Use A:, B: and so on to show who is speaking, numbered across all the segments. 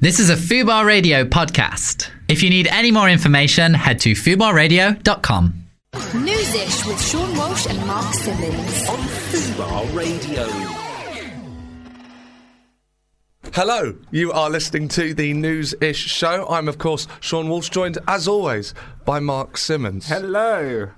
A: This is a Fubar Radio podcast. If you need any more information, head to fubarradio.com.
B: Newsish with Sean Walsh and Mark Simmons.
C: on Fubar Radio.
D: Hello, you are listening to the News Ish Show. I'm, of course, Sean Walsh, joined as always by Mark Simmons.
E: Hello.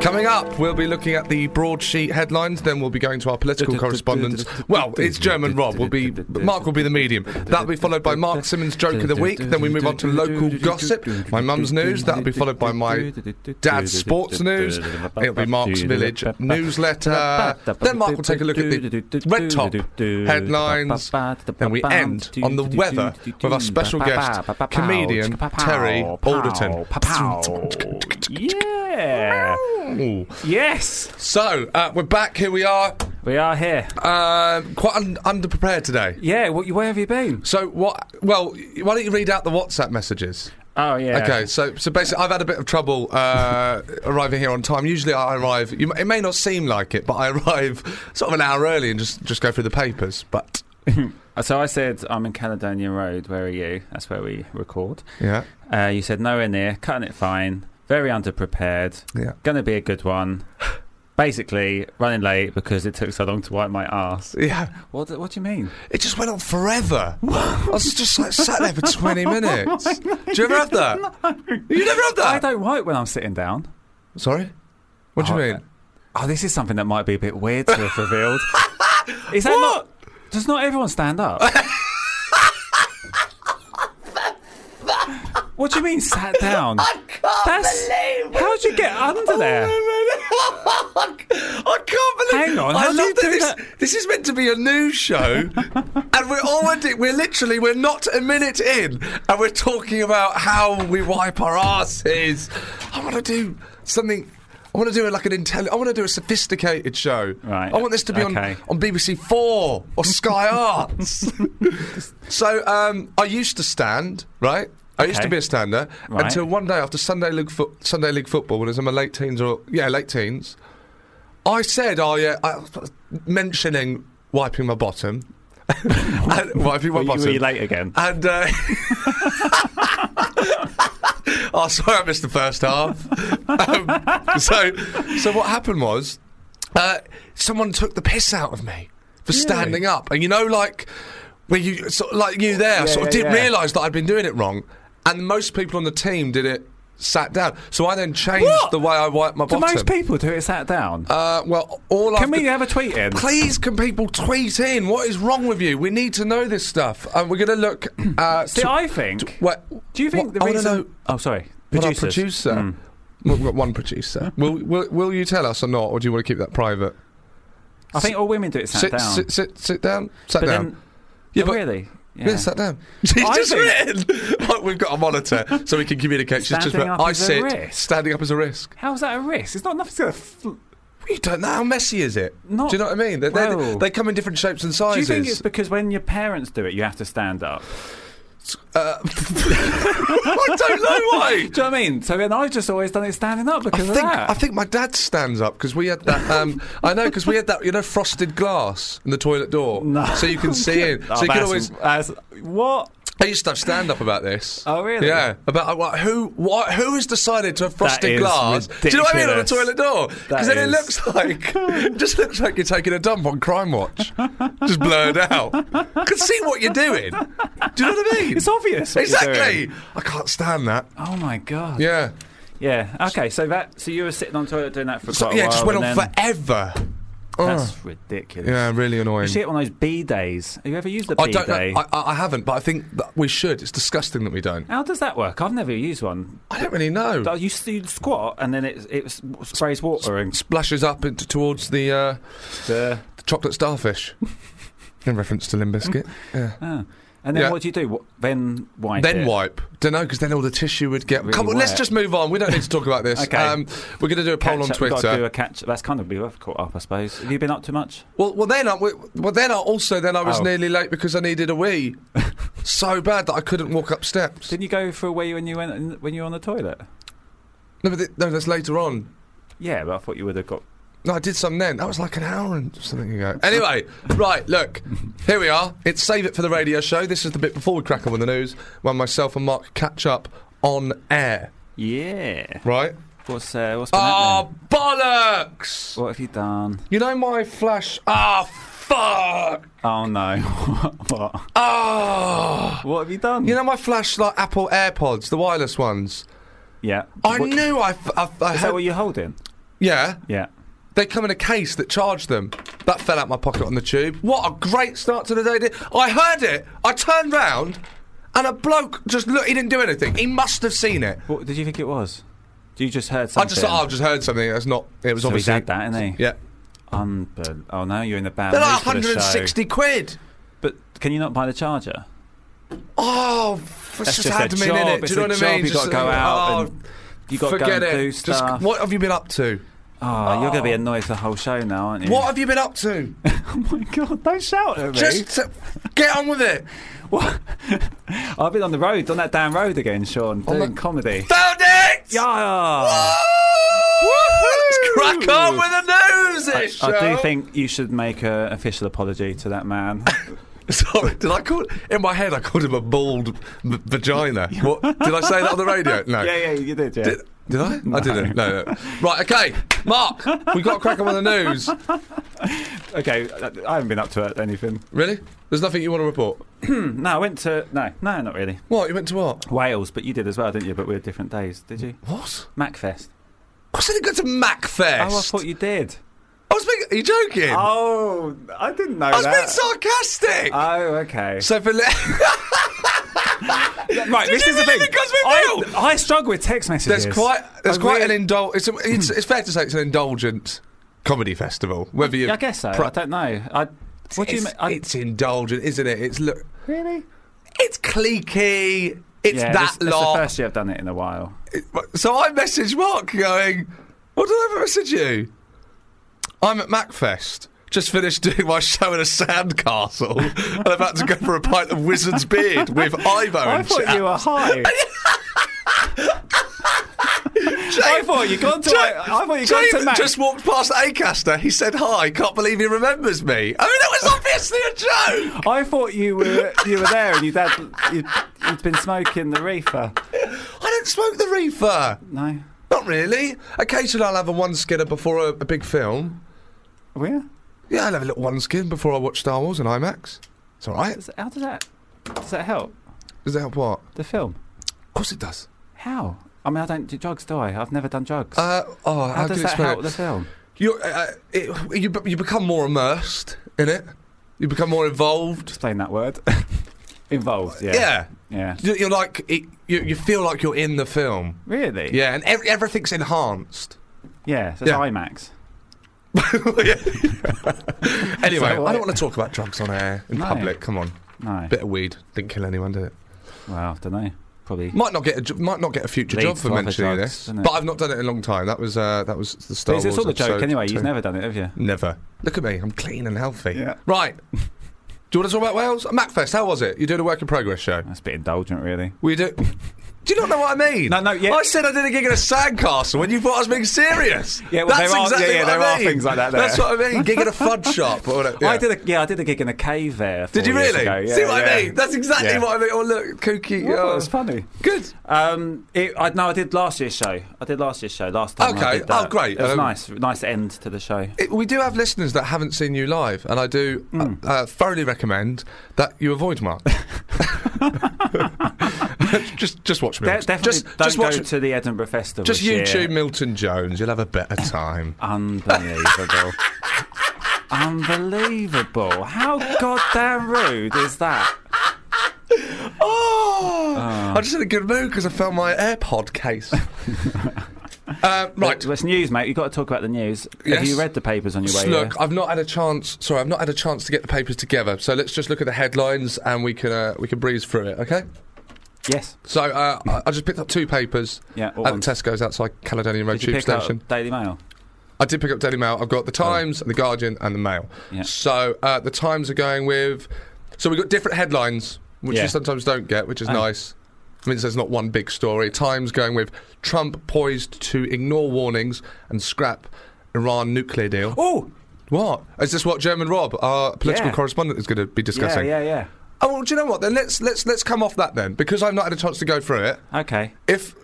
D: Coming up, we'll be looking at the broadsheet headlines, then we'll be going to our political correspondence. Well, it's German Rob. Will be Mark will be the medium. That'll be followed by Mark Simmons' joke of the week. Then we move on to local gossip, my mum's news. That'll be followed by my dad's sports news. It'll be Mark's village newsletter. Then Mark will take a look at the red top headlines. Then we end on the weather with our special guest, comedian Terry Alderton.
E: Yeah.
D: Ooh.
E: Yes.
D: So uh, we're back. Here we are.
E: We are here.
D: Um, quite un- underprepared today.
E: Yeah. What, where have you been?
D: So what? Well, why don't you read out the WhatsApp messages?
E: Oh yeah.
D: Okay. So so basically, I've had a bit of trouble uh, arriving here on time. Usually, I arrive. You, m- it may not seem like it, but I arrive sort of an hour early and just just go through the papers. But
E: Uh, So I said I'm in Caledonian Road. Where are you? That's where we record.
D: yeah,
E: Uh, you said nowhere near. Cutting it fine. Very underprepared.
D: yeah.
E: Going to be a good one. Basically, running late because it took so long to wipe my ass.
D: Yeah,
E: What, do- what do you mean?
D: it just went on forever. I was just like sat there for
E: Oh
D: twenty minutes. Do you ever have that? You never have
E: I
D: that.
E: don't wipe when I'm sitting down.
D: Sorry, what do you
E: Oh,
D: mean?
E: Oh, this is something that might be a bit weird to have revealed. Is that not? Does not everyone stand up? what do you mean sat down? I can't That's, believe. Oh, How'd you get under there?
D: I can't believe.
E: Hang on,
D: I
E: how do
D: love
E: you
D: that
E: do
D: this,
E: that?
D: this is meant to be a news show, and we're already we're literally we're not a minute in, and we're talking about how we wipe our asses. I want to do something. I want to do like an intelligent. I want to do a sophisticated show.
E: Right,
D: I want this to be
E: okay.
D: on on BBC Four or Sky Arts. so um, I used to stand right. I used
E: Okay.
D: to be a stander
E: Right.
D: until one day after Sunday league fo- Sunday league football when I was in my late teens or yeah late teens, I said oh yeah I, mentioning wiping my bottom, and, wiping my
E: Were you,
D: bottom,
E: were you late again?
D: and uh, oh sorry I missed the first half. um, so so what happened was uh, someone took the piss out of me for standing up, and you know, like where you sort of, like you there, I sort of
E: yeah,
D: didn't
E: yeah.
D: realise that I'd been doing it wrong, and most people on the team did it sat down. So I then changed
E: What?
D: the way I wiped my
E: Do
D: bottom.
E: most people do it sat down?
D: uh, well, all
E: Can
D: I've
E: we have a tweet in?
D: Please, can people tweet in? What is wrong with you? We need to know this stuff, and we're going to look. Uh,
E: See, I think.
D: what,
E: do you think
D: what-
E: the
D: I wanna
E: reason?
D: know-
E: oh, sorry.
D: what our
E: Producers. Hmm.
D: producer? We've got one producer. will, will will you tell us or not, or do you want to keep that private?
E: I think all women do it sat
D: sit,
E: down.
D: sit, sit, sit down, sat
E: but
D: down.
E: then,
D: Yeah,
E: Oh,
D: but-
E: really. Yeah.
D: Yeah, sat down. She's
E: I
D: just
E: think-
D: written. Like, we've got a monitor so we can communicate. She's just
E: Standing
D: written.
E: up
D: I
E: is a
D: sit
E: risk."
D: standing up is a risk.
E: How's that a risk? It's not enough to. Fl-
D: You don't know how messy is it.
E: Not-
D: Do you know what I mean? They, they,
E: Whoa.
D: they come in different shapes and
E: Do you
D: sizes.
E: think it's because when your parents do it, you have to stand up?
D: Uh, I don't know why.
E: Do you know what I mean? So then I've just always done it standing up
D: I
E: because
D: think
E: of that.
D: I think my dad stands up because we had that. Um, I know because we had that. You know, frosted glass in the toilet door, so you can see in. So
E: Oh,
D: you can
E: that's-
D: always.
E: that's- what?
D: I used to have stand up about this.
E: Oh, really?
D: Yeah. About uh, what, who what, who has decided to have frosted
E: is
D: glass? Do you know what I mean on the toilet
E: ridiculous.
D: door? Because
E: That
D: then it
E: is-
D: looks like it just looks like you're taking a dump on Crime Watch, just blurred out. I can see what you're doing. Do you know what I mean?
E: It's obvious. what you're doing.
D: exactly. I can't stand that.
E: Oh my god.
D: Yeah.
E: Yeah. Okay. So that. So you were sitting on toilet doing that for quite
D: So, uh,
E: a
D: yeah,
E: while.
D: it just went on
E: and then-
D: forever.
E: That's ridiculous.
D: Yeah, really annoying.
E: You see it on those B days. Have you ever used a B
D: I don't know.
E: day?
D: I, I I haven't, but I think that we should. It's disgusting that we don't.
E: How does that work? I've never used one.
D: I don't really know.
E: Oh, You s- you squat and then it it s- sprays water and
D: Splashes up into, towards the. Uh,
E: uh,
D: chocolate starfish. In reference to Limbiscuit. Yeah.
E: ah. and then
D: Yeah.
E: what do you do? What, then wipe.
D: Then
E: it.
D: wipe. Don't know, because then all the tissue would get.
E: Really
D: Come on, let's
E: wet.
D: just move on. We don't need to talk about this. Um,
E: Okay.
D: we're going to do a poll
E: Catch
D: on
E: up. We've got to do
D: Twitter.
E: a catch. That's kind of we have caught up, I suppose. Have you been up too much?
D: Well, well, then I, well, then I also then I was
E: Oh.
D: nearly late because I needed a wee so bad that I couldn't walk up steps.
E: Didn't you go for a wee when you went in, when you were on the toilet?
D: No, but th- no, that's later on.
E: Yeah, but I thought you would have got
D: No, I did some then. That was like an hour and something ago. Anyway, right, look, here we are. It's Save It for the Radio Show. This is the bit before we crack on with the news when myself and Mark catch up on air,
E: Yeah.
D: right?
E: What's uh, what's been
D: Oh,
E: happening?
D: bollocks!
E: What have you done?
D: You know my flash. Ah, fuck!
E: Oh no. what?
D: Ah!
E: What have you done?
D: You know my flash, like Apple AirPods, the wireless ones?
E: yeah.
D: I
E: What-
D: knew I. f- I, I
E: Is
D: had-
E: that what you're holding?
D: yeah.
E: Yeah.
D: They come in a case that charged them. That fell out my pocket on the tube. What a great start to the day. I heard it. I turned round and a bloke just looked. He didn't do anything. He must have seen it.
E: What did you think it was? You just heard
D: I
E: something.
D: just thought, oh, I've just heard something. That's not. It was
E: So he's
D: obviously.
E: had that, isn't he?
D: Yeah.
E: Unbel- oh, now you're in the bad
D: They're
E: mood
D: like
E: for the show.
D: 160 quid.
E: But can you not buy the charger?
D: Oh, f- it's
E: That's
D: just,
E: just
D: had
E: a
D: me
E: job,
D: in it.
E: it's
D: Do you know
E: a
D: what I
E: job,
D: mean?
E: you
D: Just
E: gotta go
D: like,
E: out
D: oh,
E: and you got to go
D: forget
E: and
D: it.
E: do
D: Just-
E: stuff.
D: what have you been up to?
E: Oh, you're going to be annoyed the whole show now, aren't you?
D: What have you been up to?
E: Oh my god! Don't shout at me.
D: just uh, get on with it.
E: What? I've been on the road, on that damn road again, Sean, doing
D: the-
E: comedy.
D: Found it.
E: Yeah.
D: Let's crack on with the news.
E: I,
D: it's
E: I do
D: show.
E: think you should make an official apology to that man.
D: Sorry, did I call? In my head, I called him a bald v- vagina. What did I say that on the radio? No.
E: yeah, yeah, you did, yeah.
D: Did, did I? I didn't. No, no. Right. Okay, Mark, we've got to crack on with the news.
E: Okay, uh, I- I haven't been up to anything.
D: Really? There's nothing you want to report.
E: No, I went to no, no, not really.
D: What you went to what?
E: Wales, but you did as well, didn't you? But we were different days, did you?
D: What?
E: Macfest.
D: I said it got to Macfest.
E: Oh, I thought you did.
D: I was being. Are you joking?
E: Oh, I didn't know
D: I was being
E: that.
D: sarcastic.
E: oh, okay.
D: so for. Li-
E: Right, this
D: you
E: is
D: really
E: the thing.
D: think I was being
E: I,
D: real?
E: I struggle with text messages.
D: There's quite there's
E: I
D: quite
E: really-
D: an indul. It's, a, it's it's fair to say it's an indulgent comedy festival. Whether you,
E: Yeah, I guess so.
D: pro-
E: I don't know. I, what do you
D: it's,
E: mean? I-
D: it's indulgent, isn't it? It's look,
E: Really?
D: it's cliquey. It's
E: yeah,
D: that
E: it's, the
D: lot.
E: first year I've done it in a while.
D: so I messaged Mark going, "What did I ever message you? I'm at Macfest." Just finished doing my show in a sandcastle and about to go for a pint of Wizard's Beard with Ivo
E: I
D: and
E: thought
D: chat.
E: you were high. I thought you gone to. I thought you gone to
D: James
E: Mac.
D: just walked past Acaster. He said hi. Can't believe he remembers me. I mean, that was obviously a joke.
E: I thought you were you were there and you'd had you'd, you'd been smoking the reefer.
D: I don't smoke the reefer.
E: No,
D: Not really. Occasionally, I'll have a one skinner before a, a big film.
E: where?
D: Yeah, I'll have a little one skin before I watch Star Wars in IMAX. It's all right.
E: Does, how does that does that help
D: Does that help? What?
E: the film?
D: Of course it does.
E: How? I mean, I don't do drugs, do I? I've never done drugs.
D: Uh, oh, how,
E: how
D: can
E: does
D: I
E: that
D: explain
E: help the
D: it?
E: film?
D: You're, uh, it, you be- you become more immersed in it. You become more involved.
E: Explain that word. Involved. Yeah.
D: Yeah,
E: Yeah.
D: You- you're like it, you, you feel like you're in the film.
E: Really?
D: Yeah, and ev- everything's enhanced.
E: Yeah. So it's
D: Yeah.
E: IMAX.
D: anyway, I
E: what-
D: don't want to talk about drugs on air in
E: No.
D: public. Come on,
E: No.
D: bit of weed didn't kill anyone, did it?
E: Well, I don't know. Probably.
D: Might not get a jo- might not get a future
E: Leads
D: job for
E: to other
D: mentioning
E: drugs,
D: this,
E: doesn't it?
D: but I've not done it in a long time. That was uh, that was the Star
E: it's, it's
D: Wars
E: all a joke
D: episode
E: anyway.
D: two.
E: You've never done it, have you?
D: never look at me. I'm clean and healthy.
E: Yeah.
D: Right. Do you want to talk about Wales? Macfest, how was it? You doing a work in progress show?
E: That's a bit indulgent, really.
D: We do. Do you not know what I mean?
E: No, no, yeah.
D: I said I did a gig in a sandcastle when you thought I was being serious.
E: Yeah, well,
D: That's
E: there are-
D: exactly
E: yeah, yeah,
D: what I
E: there are
D: mean.
E: things like that there.
D: That's what I mean. Gig in a fud shop. Or whatever.
E: I
D: yeah.
E: did a yeah, I did a gig in a cave there.
D: Did
E: four
D: you
E: years
D: really?
E: ago. Yeah,
D: See what I
E: yeah.
D: mean? That's exactly
E: Yeah.
D: what I mean. Oh look, kooky.
E: I thought
D: oh.
E: it was funny.
D: Good.
E: Um, it, I, no, I did last year's show. I did last year's show last time. I
D: Okay.
E: did that.
D: Oh, great.
E: It was
D: Um,
E: nice, nice end to the show.
D: It- we do have listeners that haven't seen you live, and I do
E: Hmm.
D: uh, uh, thoroughly recommend that you avoid Mark. just, just watch
E: De-
D: Milton.
E: definitely
D: just,
E: don't
D: just
E: go
D: watch.
E: to the Edinburgh Festival.
D: just
E: this year.
D: YouTube Milton Jones. You'll have a better time.
E: Unbelievable. Unbelievable. How goddamn rude is that?
D: Oh, I'm just in a good mood because I found my AirPod case. uh, right.
E: Well, it's news, mate. You've got to talk about the news. Have
D: Yes.
E: you read the papers on your way
D: Just
E: here?
D: Look, I've not had a chance. Sorry, I've not had a chance to get the papers together. So let's just look at the headlines and we can uh, we can breeze through it. Okay.
E: Yes.
D: So uh, I- I just picked up two papers
E: Yeah. what
D: at
E: ones?
D: Tesco's outside Caledonian Road
E: Did you
D: Tube
E: pick
D: Station.
E: up Daily Mail?
D: I did pick up Daily Mail. I've got the Times, the Guardian, and the Mail.
E: Yeah.
D: So uh, the Times are going with. So we've got different headlines, which
E: Yeah.
D: you sometimes don't get, which is
E: Oh.
D: nice. I mean, there's not one big story. Times going with Trump poised to ignore warnings and scrap Iran nuclear deal.
E: Oh,
D: What? Is this what German Rob, our political
E: Yeah.
D: correspondent, is going to be
E: yeah,
D: discussing?
E: yeah, yeah.
D: Oh, well, do you know what? Then let's let's let's come off that then, because I've not had a chance to go through it.
E: Okay.
D: If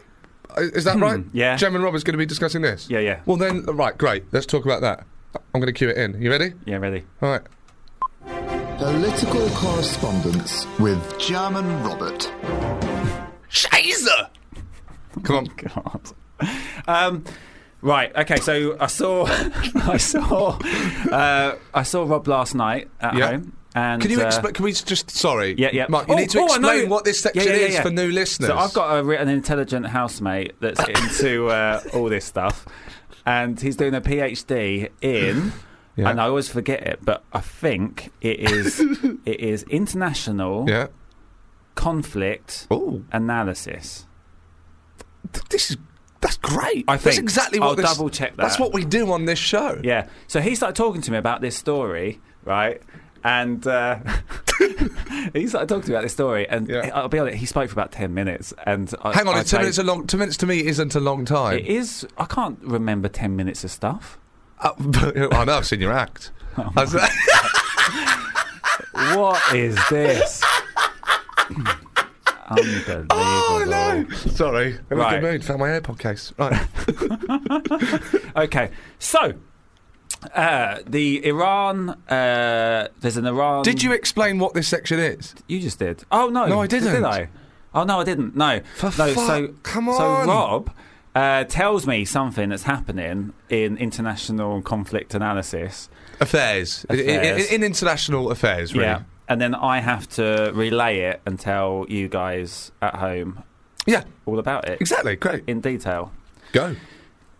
D: uh, is that right?
E: Hmm. yeah.
D: German Rob is going to be discussing this.
E: Yeah, yeah.
D: Well then, uh, right, great. Let's talk about that. I'm going to cue it in. You ready?
E: Yeah, ready.
D: All right.
F: Political correspondence with German Robert.
D: Scheiße! Come on.
E: God. Um, right. Okay. So I saw, I saw, uh, I saw Rob last night at
D: Yeah.
E: home. And
D: Can you
E: uh,
D: explain? Can we just? Sorry.
E: Yeah, yeah.
D: Mark, you
E: Oh,
D: need to
E: oh, I know.
D: explain what this
E: Yeah,
D: section
E: yeah,
D: is
E: yeah.
D: for new listeners.
E: So I've got a, re- an intelligent housemate that's into uh, all this stuff, and he's doing a PhD in.
D: Yeah.
E: And I always forget it, but I think it is it is international
D: Yeah.
E: conflict
D: Oh,
E: analysis.
D: this is that's great.
E: I
D: that's
E: think.
D: exactly what
E: I'll
D: this-
E: double check that.
D: That's what we do on this show.
E: Yeah. So he started talking to me about this story, right? And uh, he started talking to me about this story, and
D: Yeah.
E: I'll be honest, he spoke for about ten minutes, and I,
D: Hang on,
E: I
D: it's ten
E: played-
D: minutes a long. Ten minutes to me isn't a long time.
E: It is. I can't remember ten minutes of stuff.
D: Uh, I know. I've seen your act.
E: Oh
D: I was-
E: What is this? Unbelievable.
D: oh no! Sorry. I'm in a
E: Right.
D: good mood. Found my AirPod case. Right.
E: Okay, so uh, the Iran. Uh, there's an Iran.
D: Did you explain what this section is?
E: You just did. Oh no,
D: No, I didn't.
E: Did I? Oh no, I didn't. No,
D: For
E: no. so
D: fuck- come on.
E: So Rob uh, tells me something that's happening in international conflict analysis.
D: Affairs. I- I-
E: Affairs.
D: In, international affairs, really.
E: Yeah, and then I have to relay it and tell you guys at home
D: Yeah,
E: all about it
D: Exactly. Great.
E: in detail.
D: Go.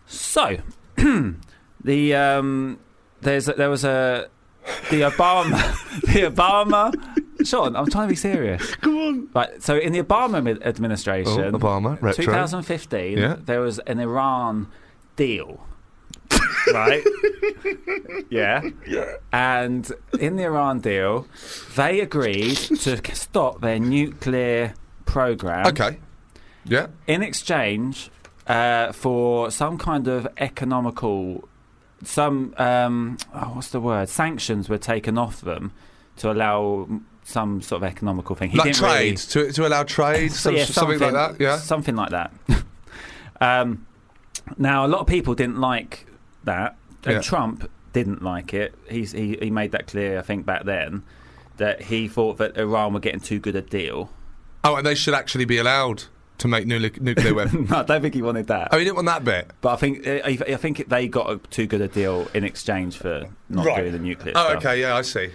E: So the um, there's there was a the Obama the Obama. Sean, I'm trying to be serious. Come on. Right, so in the Obama mi-
D: Oh,
E: administration,
D: Obama. Retro.
E: 2015,
D: Yeah.
E: there was an Iran deal. right? yeah. And in the Iran deal, they agreed to c- stop their nuclear program
D: Okay. Yeah.
E: in exchange uh, for some kind of economical, some um, oh, what's the word? Sanctions were taken off them to allow mm, some sort of economical thing. He
D: like
E: didn't
D: trade
E: really-
D: to to allow trade,
E: so,
D: some-
E: yeah,
D: something, like that. Yeah.
E: something like that. um, now, a lot of people didn't like that, and
D: Yeah.
E: Trump didn't like it. He's, he he made that clear, I think, back then that he thought that Iran were getting too good a deal.
D: Oh, and they should actually be allowed to make nu- nuclear weapons.
E: no, I don't think he wanted that.
D: oh, you didn't want that bit.
E: But I think eh, I, I think they got a too good a deal in exchange for not
D: Right.
E: doing the nuclear.
D: Oh,
E: stuff.
D: okay. Yeah, I see.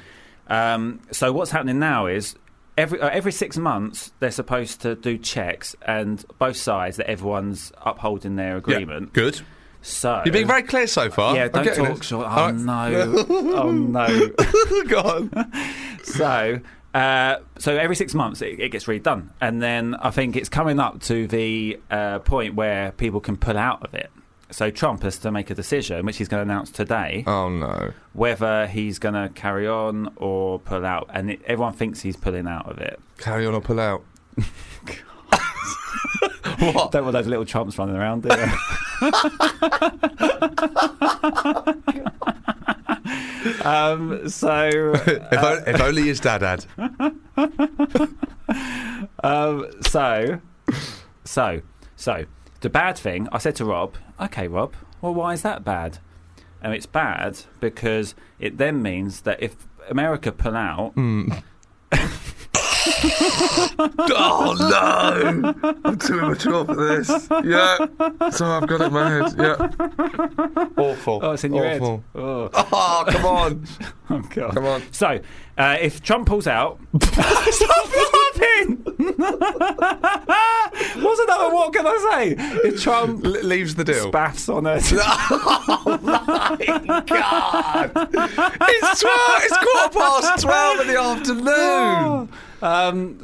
E: Um, so what's happening now is every uh, every six months they're supposed to do checks and both sides that everyone's upholding their agreement.
D: Yeah. Good.
E: So
D: You're being very clear so far.
E: yeah.
D: I'm
E: Don't
D: getting
E: talk
D: it.
E: short.
D: All
E: Oh
D: right.
E: no. oh no.
D: Go on.
E: so. Uh, so every six months it, it gets redone, and then I think it's coming up to the uh, point where people can pull out of it. So Trump has to make a decision, which he's going to announce today,
D: Oh no.
E: whether he's going to carry on or pull out. And it, everyone thinks he's pulling out of it.
D: Carry on or pull out. what?
E: Don't want those little chumps running around, do you? um, so,
D: If, o- if only his dad had.
E: um, so, so, so, the bad thing, I said to Rob, okay, Rob, well, why is that bad? And it's bad because it then means that if America pull out,
D: Oh no! I'm too immature for this. Yeah. So I've got it in my head. Yeah. Awful.
E: oh, it's in your
D: Awful.
E: head. Oh,
D: Oh, come on.
E: oh, God.
D: Come on.
E: So, uh, if Trump pulls out, stop laughing. What's another? What can I say? If Trump
D: L- leaves the deal.
E: spaffs on us,
D: God! It's, 12, it's quarter past 12 in the afternoon!
E: um,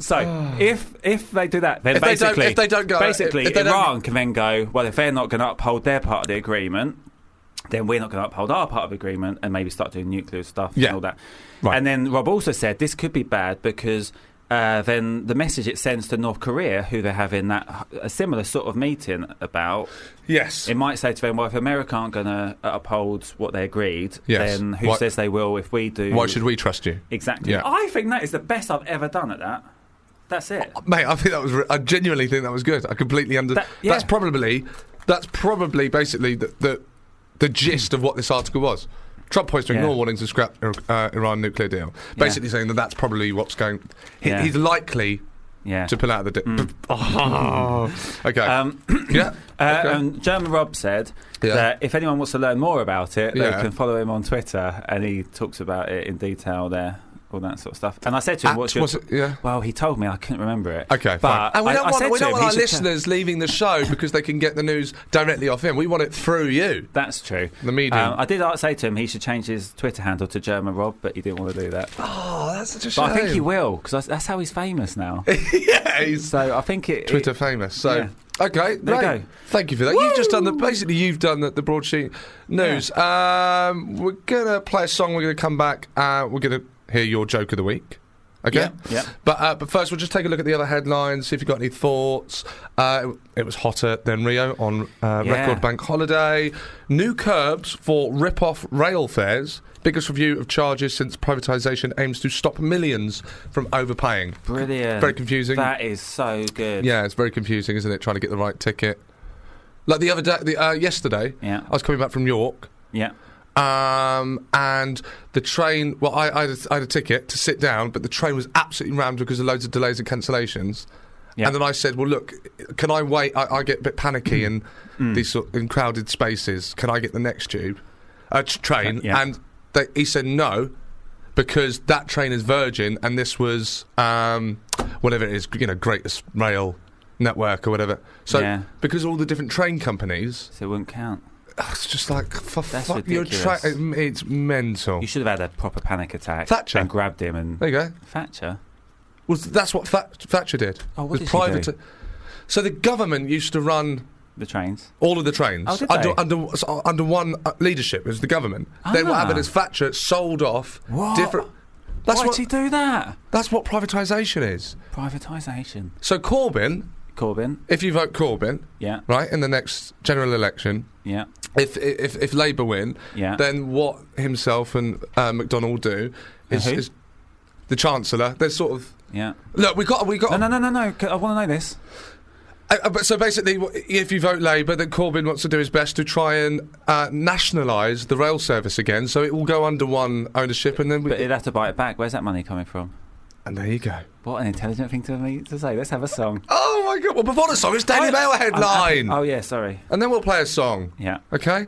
E: so if if they do that, then
D: Ah. If they don't-
E: basically
D: if they don't go-
E: basically
D: if they don't-
E: Iran can then go. Well, if they're not going to uphold their part of the agreement. Then we're not going to uphold our part of the agreement and maybe start doing nuclear stuff
D: Yeah.
E: and all that.
D: Right.
E: And then Rob also said this could be bad because uh, then the message it sends to North Korea, who they're having that a similar sort of meeting about,
D: Yes.
E: it might say to them, well, if America aren't going to uphold what they agreed,
D: Yes.
E: then who
D: Why-
E: says they will if we do?
D: Why should we trust you?
E: Exactly.
D: Yeah.
E: I think that is the best I've ever done at that. That's it.
D: Mate, I think that was. Re- I genuinely think that was good. I completely under.
E: That- yeah.
D: That's probably. That's probably basically the, the the gist of what this article was. Trump poised to
E: Yeah.
D: ignore warnings and scrap uh, Iran nuclear deal. Basically saying that that's probably what's going. He,
E: Yeah.
D: He's likely
E: Yeah.
D: to pull out of the. Di- Oh. Okay.
E: Um,
D: yeah.
E: uh,
D: Okay.
E: And German Rob said
D: Yeah.
E: that if anyone wants to learn more about it,
D: Yeah.
E: they can follow him on Twitter, and he talks about it in detail there, all that sort of stuff. And I said to him,
D: At-
E: "What's your?"
D: was it- yeah.
E: Well, he told me I couldn't remember it.
D: Okay, fine.
E: but
D: And we
E: I-
D: don't
E: I
D: want,
E: said
D: we
E: to
D: don't
E: him,
D: want
E: he
D: our
E: should check-
D: listeners leaving the show because they can get the news directly off him. We want it through you.
E: That's true.
D: The medium.
E: Um, I did uh, say to him he should change his Twitter handle to German Rob, but he didn't want to do that. But
D: Oh, that's such a
E: I think he will because that's how he's famous now.
D: yeah, he's
E: so I think it.
D: Twitter
E: it-
D: famous. So
E: Yeah.
D: okay,
E: There you
D: great.
E: go.
D: Thank you for that. You've just done the basically you've done the, the broadsheet news. Um, we're gonna play a song. We're gonna come back. Uh, we're gonna hear your joke of the week. Okay.
E: Yeah, yeah.
D: But uh, but first, we'll just take a look at the other headlines. See if you've got any thoughts. Uh, it, it was hotter than Rio on uh,
E: Yeah.
D: record bank holiday. New curbs for rip-off rail fares. Biggest review of charges since privatisation aims to stop millions from overpaying.
E: Brilliant.
D: Very confusing.
E: That is so good.
D: Yeah, it's very confusing, isn't it? Trying to get the right ticket. Like the other day, the, uh, yesterday,
E: Yeah.
D: I was coming back from York,
E: Yeah.
D: um, and the train. Well, I, I, had a, I had a ticket to sit down, but the train was absolutely rammed because of loads of delays and cancellations.
E: Yeah. Mm.
D: And then I said, "Well, look, can I wait? I, I get a bit panicky in these sort in crowded spaces. Can I get the next tube, uh, t- train?"
E: Yeah.
D: And they, he said, "No." Because that train is Virgin, and this was um, whatever it is, you know, Greatest Rail Network or whatever. So,
E: Yeah.
D: because all the different train companies,
E: So it wouldn't count.
D: it's just like for
E: That's
D: fuck your train.
E: ridiculous.
D: It's mental.
E: You should have had a proper panic attack.
D: Thatcher.
E: And grabbed him and.
D: There you go.
E: Thatcher?
D: Well, that's what Tha- Thatcher did.
E: Oh,
D: Was
E: what did she do?
D: So the government used to run
E: The trains?
D: all of the trains
E: Oh, did
D: under
E: they?
D: under so, under one uh, leadership. It was the government. Then what
E: Ah.
D: happened is Thatcher sold off
E: What?
D: different. That's
E: Why'd
D: what
E: she do that?
D: that's what privatisation is.
E: Privatisation.
D: So Corbyn,
E: Corbyn?
D: if you vote Corbyn,
E: Yeah,
D: right in the next general election,
E: yeah,
D: if if if Labour win,
E: yeah.
D: then what himself and uh, McDonald do is,
E: Uh, who?
D: is the Chancellor. They're sort of
E: yeah.
D: look. We got we got.
E: No, no, no, no, no. c- I want to know this.
D: Uh, uh, but so basically, w- if you vote Labour, then Corbyn wants to do his best to try and uh, nationalise the rail service again, so it will go under one ownership, and then we
E: But it'd have to buy it back. Where's that money coming from?
D: and there you go.
E: What an intelligent thing to me to say. Let's have a song.
D: Oh my god! Well, before the song, it's Daily Mail
E: I'm happy-
D: headline,
E: Oh, yeah, sorry.
D: and then we'll play a song.
E: Yeah.
D: Okay.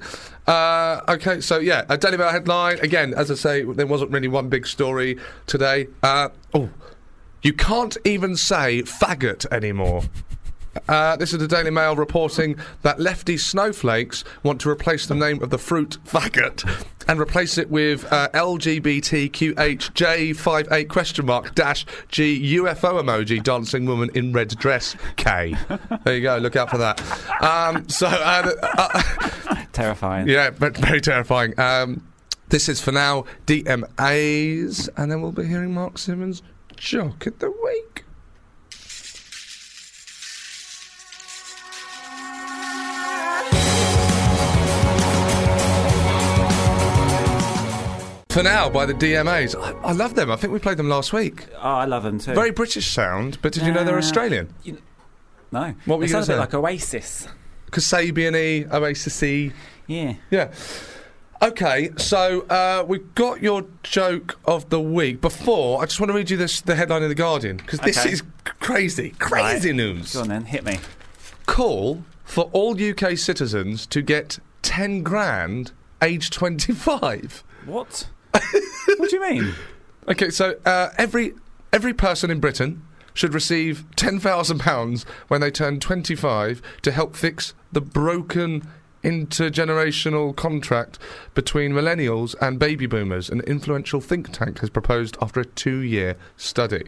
D: Uh, okay. So yeah, a Daily Mail headline again. As I say, there wasn't really one big story today. Uh, oh, you can't even say faggot anymore. Uh, this is the Daily Mail reporting that lefty snowflakes want to replace the name of the fruit faggot and replace it with uh, LGBTQHJ58 question mark dash G UFO emoji dancing woman in red dress K. There you go. Look out for that. Um, so uh, uh,
E: Terrifying.
D: yeah, but very terrifying. Um, this is for now DMAs, and then we'll be hearing Mark Simmons' joke of the week. For now, by the DMAs. I, I love them. I think we played them last week.
E: Oh, I love them too.
D: Very British sound, but did you know they're
E: Uh,
D: Australian?
E: No.
D: What were
E: They
D: you gonna
E: sound a bit
D: say?
E: like Oasis.
D: Kasabian-y, Oasis-y.
E: Yeah.
D: Yeah. Okay, so uh, we've got your joke of the week. Before, I just want to read you this the headline in The Guardian, because this
E: Okay.
D: is c- crazy, crazy news.
E: Go on then, hit me.
D: Call for all UK citizens to get 10 grand age 25.
E: What? what do you mean?
D: Okay, so uh, every, every person in Britain should receive £10,000 when they turn 25 to help fix the broken intergenerational contract between millennials and baby boomers, an influential think tank has proposed after a two year study.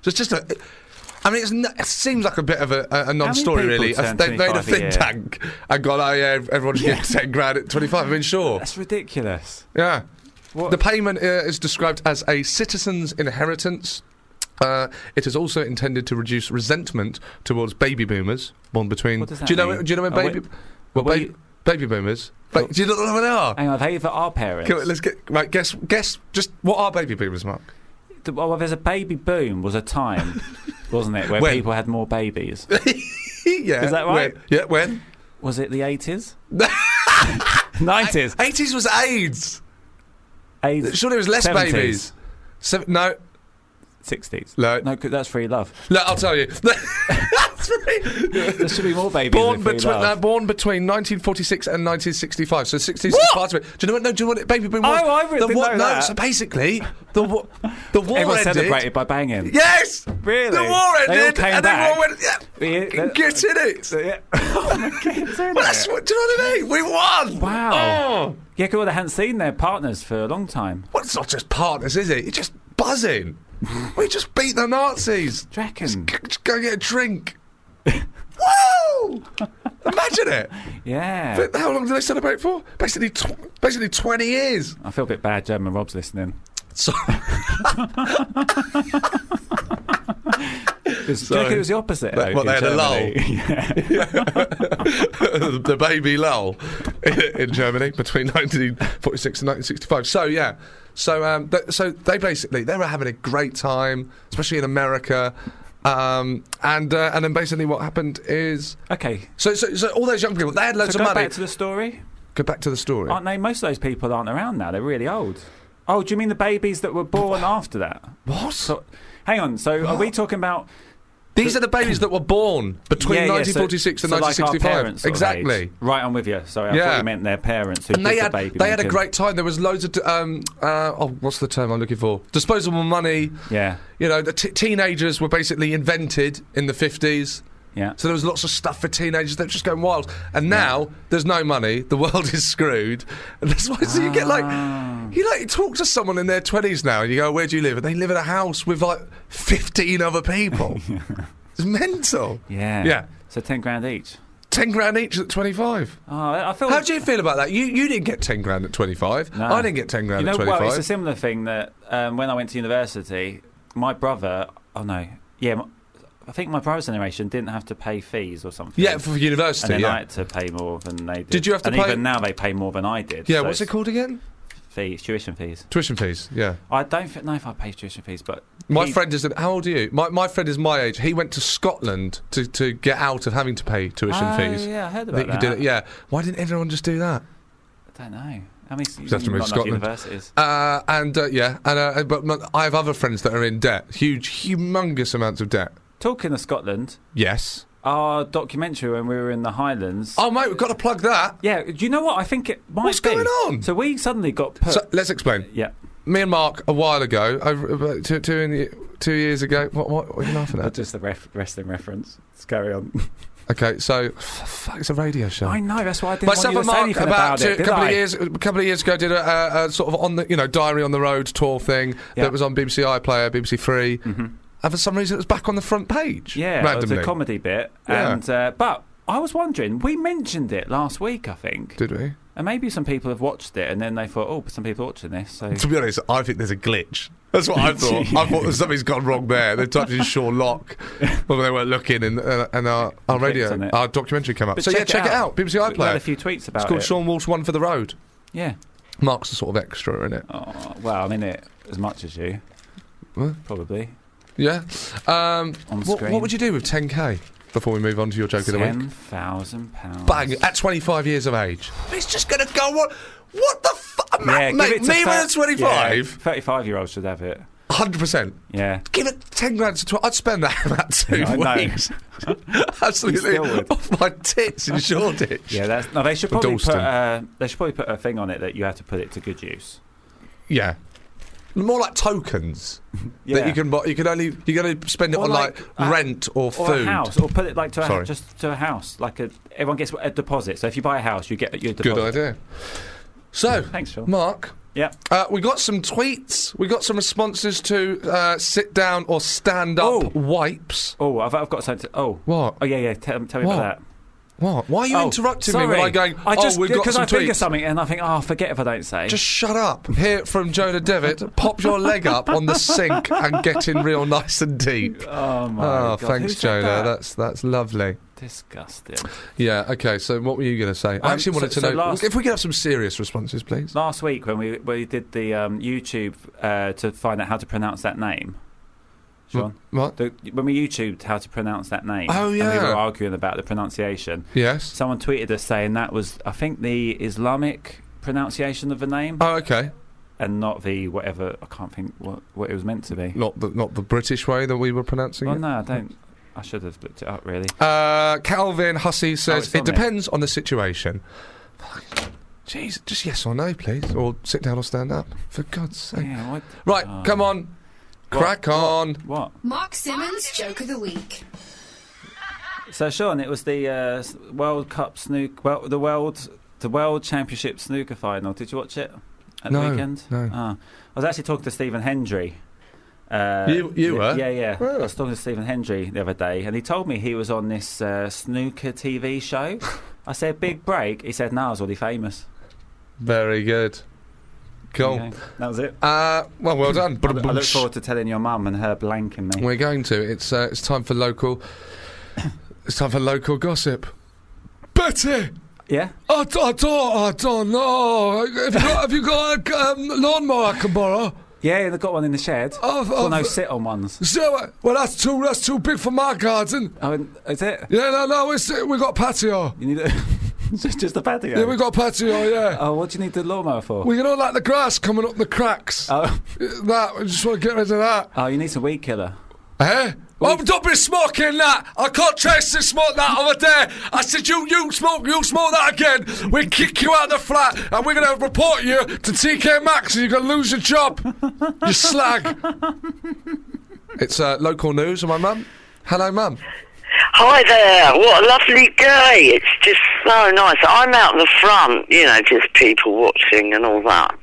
D: So it's just a. I mean, it's n it seems like a bit of a, a, a non-story,
E: people
D: really.
E: turn
D: They've made a
E: 25 a
D: think
E: year?
D: tank and gone, "Oh yeah, everyone should get ten grand at twenty-five. I mean, sure,
E: That's ridiculous.
D: yeah.
E: What?
D: The payment uh, is described as a citizen's inheritance. Uh, it is also intended to reduce resentment towards baby boomers, born between.
E: What does that
D: do you know?
E: mean?
D: Do you know when
E: Oh, wait.
D: baby?
E: Oh,
D: well, ba-
E: wait.
D: baby boomers. Ba- do you not know what they are?
E: Hang on, they for our parents.
D: Come on, let's get right. Guess, guess. Just what are baby boomers, Mark?
E: The- well, there's a baby boom was a time, wasn't it, where
D: When?
E: people had more babies?
D: yeah.
E: Is that right?
D: When, yeah. When?
E: Was it the 80s? 90s?
D: Eighties was AIDS.
E: 80s?
D: Surely it was less
E: 70s.
D: babies. Se- no,
E: 60s?
D: no,
E: No, 'cause that's free love.
D: no. I'll tell you.
E: There should be more babies.
D: born
E: in free
D: between uh,
E: love.
D: born between 1946 and 1965. So 60s is part of it. Do you know what? No, do you know what? it- Baby boom. was?
E: Oh, I really
D: the
E: didn't
D: wa-
E: know
D: No,
E: that.
D: so basically the wa- the war
E: Everyone
D: ended.
E: celebrated by banging.
D: Yes,
E: Really?
D: The war
E: They all
D: ended,
E: came
D: and
E: back.
D: everyone went, yeah,
E: Yeah,
D: fucking
E: that-
D: get in it.
E: Yeah. oh my god, isn't
D: Well, that's
E: it?
D: what. Do you know what I mean? We won.
E: Wow.
D: Oh.
E: Yeah, 'cause they hadn't seen their partners for a long time.
D: Well, it's not just partners, is it? It's just buzzing. we just beat the Nazis.
E: Do you reckon?
D: Just go get a drink. Whoa! Imagine it.
E: Yeah.
D: But How long did they celebrate for? Basically, tw- basically twenty years.
E: I feel a bit bad. German Rob's listening.
D: So,
E: Do you reckon it was the opposite?
D: But-
E: though,
D: what,
E: in
D: they had a lull?
E: Germany? yeah.
D: the baby lull in Germany between 1946 and 1965. So yeah, so um, th- so they basically they were having a great time, especially in America. Um, and uh, and then basically what happened is
E: Okay.
D: so, so so all those young people they had loads
E: So
D: of
E: go
D: money.
E: back to the story.
D: go back to the story.
E: Aren't they? Most of those people aren't around now. They're really old. Oh, do you mean the babies that were born after that?
D: What?
E: So, hang on. So, are we talking about?
D: These are the babies that were born between
E: Yeah, yeah, so-
D: 1946 and
E: so like our
D: 1965.
E: parents sort of
D: exactly.
E: age. Right, I'm with you. Sorry, I
D: Yeah.
E: thought you meant their parents who
D: And they
E: did
D: had
E: the baby.
D: they had a
E: making.
D: great time. There was loads of um, uh, oh, what's the term I'm looking for? Disposable money.
E: Yeah,
D: You know, the t- teenagers were basically invented in the 50s.
E: yeah.
D: So there was lots of stuff for teenagers. They're just going wild. And now there's no money. The world is screwed. And that's why so you get like
E: Ah.
D: you like you talk to someone in their 20s now and you go, "Where do you live?" And they live in a house with like 15 other people. It's mental.
E: Yeah.
D: Yeah.
E: So ten grand each.
D: 10 grand each at 25.
E: Oh, I I feel.
D: How do you feel about that? You you didn't get 10 grand at 25.
E: No.
D: I didn't get 10 grand
E: You know,
D: at
E: well,
D: 25.
E: it's a similar thing that um, when I went to university, my brother. Oh no. Yeah. My, I think my brother's generation didn't have to pay fees or something.
D: yeah, for
E: and
D: university.
E: then
D: yeah.
E: I had to pay more than they did.
D: Did you have to
E: and
D: pay-
E: even now they pay more than I did.
D: yeah,
E: so
D: what's it
E: it's
D: called again?
E: Fees, tuition fees.
D: Tuition fees. Yeah.
E: I don't thi- know if I pay tuition fees, but
D: My
E: he-
D: friend is. An, how old are you? My, my friend is my age. He went to Scotland to, to get out of having to pay tuition
E: oh,
D: fees.
E: Yeah, I heard
D: I
E: about
D: think he
E: that.
D: did it. Yeah. Why didn't everyone just do that?
E: I don't know. How many?
D: Just have to
E: not
D: move
E: enough
D: Scotland.
E: Universities.
D: Uh, and uh, yeah, and uh, but my, I have other friends that are in debt, huge, humongous amounts of debt.
E: Talking of Scotland,
D: Yes.
E: our documentary when we were in the Highlands.
D: Oh mate, we've got to plug that.
E: Yeah, do you know what? I think it might
D: What's
E: be.
D: going on?
E: So we suddenly got put.
D: So let's explain.
E: yeah,
D: Me and Mark a while ago, over, about two, two, in the, two years ago. What, what, what are you laughing
E: that's
D: at?
E: just the ref- wrestling reference. Let's carry on.
D: Okay, so fuck, it's a radio show.
E: I know, that's why I didn't want
D: Myself
E: you to
D: and
E: say
D: Mark
E: anything
D: about,
E: about,
D: two,
E: it. did
D: couple
E: I?
D: of years, a couple of years ago, did a, a, a sort of on the you know diary on the road tour thing
E: Yeah. Mm-hmm.
D: that was on BBC iPlayer, BBC Three, and for some reason it was back on the front page.
E: Yeah, it
D: randomly.
E: was a comedy bit.
D: Yeah.
E: And uh, But I was wondering, we mentioned it last week, I think.
D: Did we?
E: and maybe some people have watched it and then they thought, oh, some people are watching this. So
D: To be honest, I think there's a glitch. That's what I thought. I thought that something's gone wrong there. They typed in Shaw Lock when they weren't looking, and uh, and our, our
E: And clicked
D: radio,
E: on it.
D: our documentary came up.
E: But
D: so yeah, check it out. BBC
E: We had a
D: iPlayer.
E: few tweets about
D: It's called
E: it.
D: Sean Walsh One for the Road.
E: Yeah.
D: Mark's a sort of extra in it.
E: Oh, well, I'm in it as much as you.
D: What?
E: Probably.
D: Yeah. Um,
E: On
D: what,
E: screen.
D: what would you do with 10k before we move on to your joke of the week?
E: Ten thousand pounds.
D: bang at 25 years of age. It's just going to go on. What the fuck, mate?
E: Yeah, give
D: Me
E: it to
D: when
E: thir-
D: I'm 25,
E: Thirty-five year olds should have it.
D: 100%.
E: Yeah.
D: Give it 10 grand to 12. I'd spend that in about two
E: Yeah, I know.
D: weeks. Absolutely.
E: You still would.
D: Off my tits in Shoreditch.
E: Yeah, that's no. They should probably put.
D: Dalston.
E: Uh, they should probably put a thing on it that you have to put it to good use.
D: Yeah. More like tokens
E: Yeah.
D: that you can buy. You can only you can only spend it
E: Or
D: on like,
E: like, uh,
D: rent or,
E: Or
D: food.
E: a house, or put it like to a,
D: Sorry.
E: just to a house. Like a, everyone gets a deposit. So if you buy a house, you get your deposit.
D: Good idea. So,
E: Thanks, Phil.
D: Mark,
E: Yeah.
D: Uh, we got some tweets. We got some responses to uh, sit down or stand up
E: Oh.
D: wipes.
E: Oh, I've, I've got something. To, oh.
D: What?
E: Oh yeah, yeah. Tell, tell me
D: What?
E: about that.
D: What? Why are you
E: Oh,
D: interrupting
E: sorry.
D: me when I'm going,
E: I
D: oh,
E: just,
D: we've got
E: Because
D: some
E: I think
D: tweets?
E: of something and I think, oh, forget if I don't say.
D: Just shut up. Hear it from Jonah Devitt. Pop your leg up on the sink and get in real nice and deep.
E: oh, my
D: Oh,
E: God.
D: thanks,
E: Who
D: Jonah.
E: said that?
D: That's that's lovely.
E: disgusting.
D: Yeah. Okay. So, what were you going to say? I
E: Um,
D: actually
E: so-
D: wanted to
E: so
D: know
E: last-
D: if we could have some serious responses, please.
E: Last week when we we did the um, YouTube uh, to find out how to pronounce that name, Sean.
D: What?
E: The, when we YouTubed how to pronounce that name,
D: Oh,
E: and we
D: yeah.
E: were arguing about the pronunciation.
D: Yes.
E: Someone tweeted us saying that was, I think, the Islamic pronunciation of the name,
D: Oh, okay.
E: and not the whatever. I can't think what what it was meant to be.
D: Not the not the British way that we were pronouncing
E: Well,
D: it.
E: no, I don't. I should have looked it up really.
D: Uh, Calvin Hussey
E: Oh, it's
D: says
E: on
D: it
E: there.
D: depends on the situation. Fuck. Jeez, just yes or no, please, or sit down or stand up. For God's sake.
E: Yeah, what?
D: Right,
E: Oh.
D: come on,
E: What-
D: crack on.
E: What?
B: Mark Simmons' joke of the week.
E: So, Sean, it was the uh, s- World Cup snook, well, the world, the World Championship snooker final. Did you watch it at the
D: No,
E: weekend?
D: no.
E: Ah. I was actually talking to Stephen Hendry. Uh,
D: You- you
E: y-
D: were?
E: Yeah, yeah. I
D: Oh.
E: was talking to Stephen Hendry the other day, and he told me he was on this uh, snooker TV show. I said, "Big break." He said, "No, I was already famous."
D: Very good. Cool.
E: Okay, that was it.
D: Uh, well, well done.
E: I look forward to telling your mum and her blanking me.
D: We're going to. It's uh, it's time for local. It's time for local gossip. Betty,
E: Yeah.
D: I, d- I don't, I don't know. Have you got, have you got a um, lawnmower I can borrow?
E: Yeah, they got one in the shed.
D: I've,
E: One
D: I've,
E: those sit-on ones.
D: so, uh, well, that's too that's too big for my garden.
E: Oh, is it?
D: Yeah, no, no, it's, uh, we got patio.
E: You need a just just a patio.
D: Yeah, we got patio. Yeah,
E: Oh, what do you need the lawnmower for?
D: we don't like the grass coming up the cracks.
E: oh,
D: that we just want to get rid of that.
E: oh, you need some weed killer.
D: Eh? Oh, don't be smoking that. I can't trace the smoke that over there. I said, you, you smoke, you smoke that again. We kick you out of the flat and we're going to report you to TK Maxx and you're going to lose your job. You slag. it's uh, local news and my mum. Hello, mum.
G: Hi there, what a lovely day. It's just so nice. I'm out in the front, you know, just people watching and all that.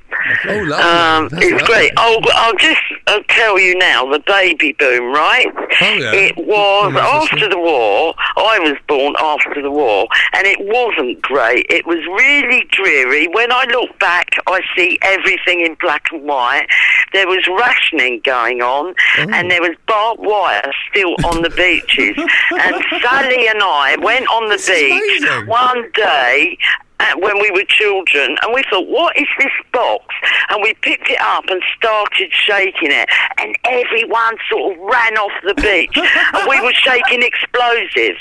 D: Oh, lovely.
G: Um,
D: That's
G: it's
D: lovely.
G: great. I'll, I'll just uh tell you now the baby boom, right?
D: Oh, yeah.
G: It was
D: Remember this
G: after the war. I was born after the war, and it wasn't great. It was really dreary. When I look back, I see everything in black and white. There was rationing going on,
D: Oh.
G: and there was barbed wire still on the beaches. And Sally and I went on the beach
D: amazing.
G: one day uh, when we were children, and we thought, what is this box? And we picked it up and started shaking it, and everyone sort of ran off the beach, and we were shaking explosives.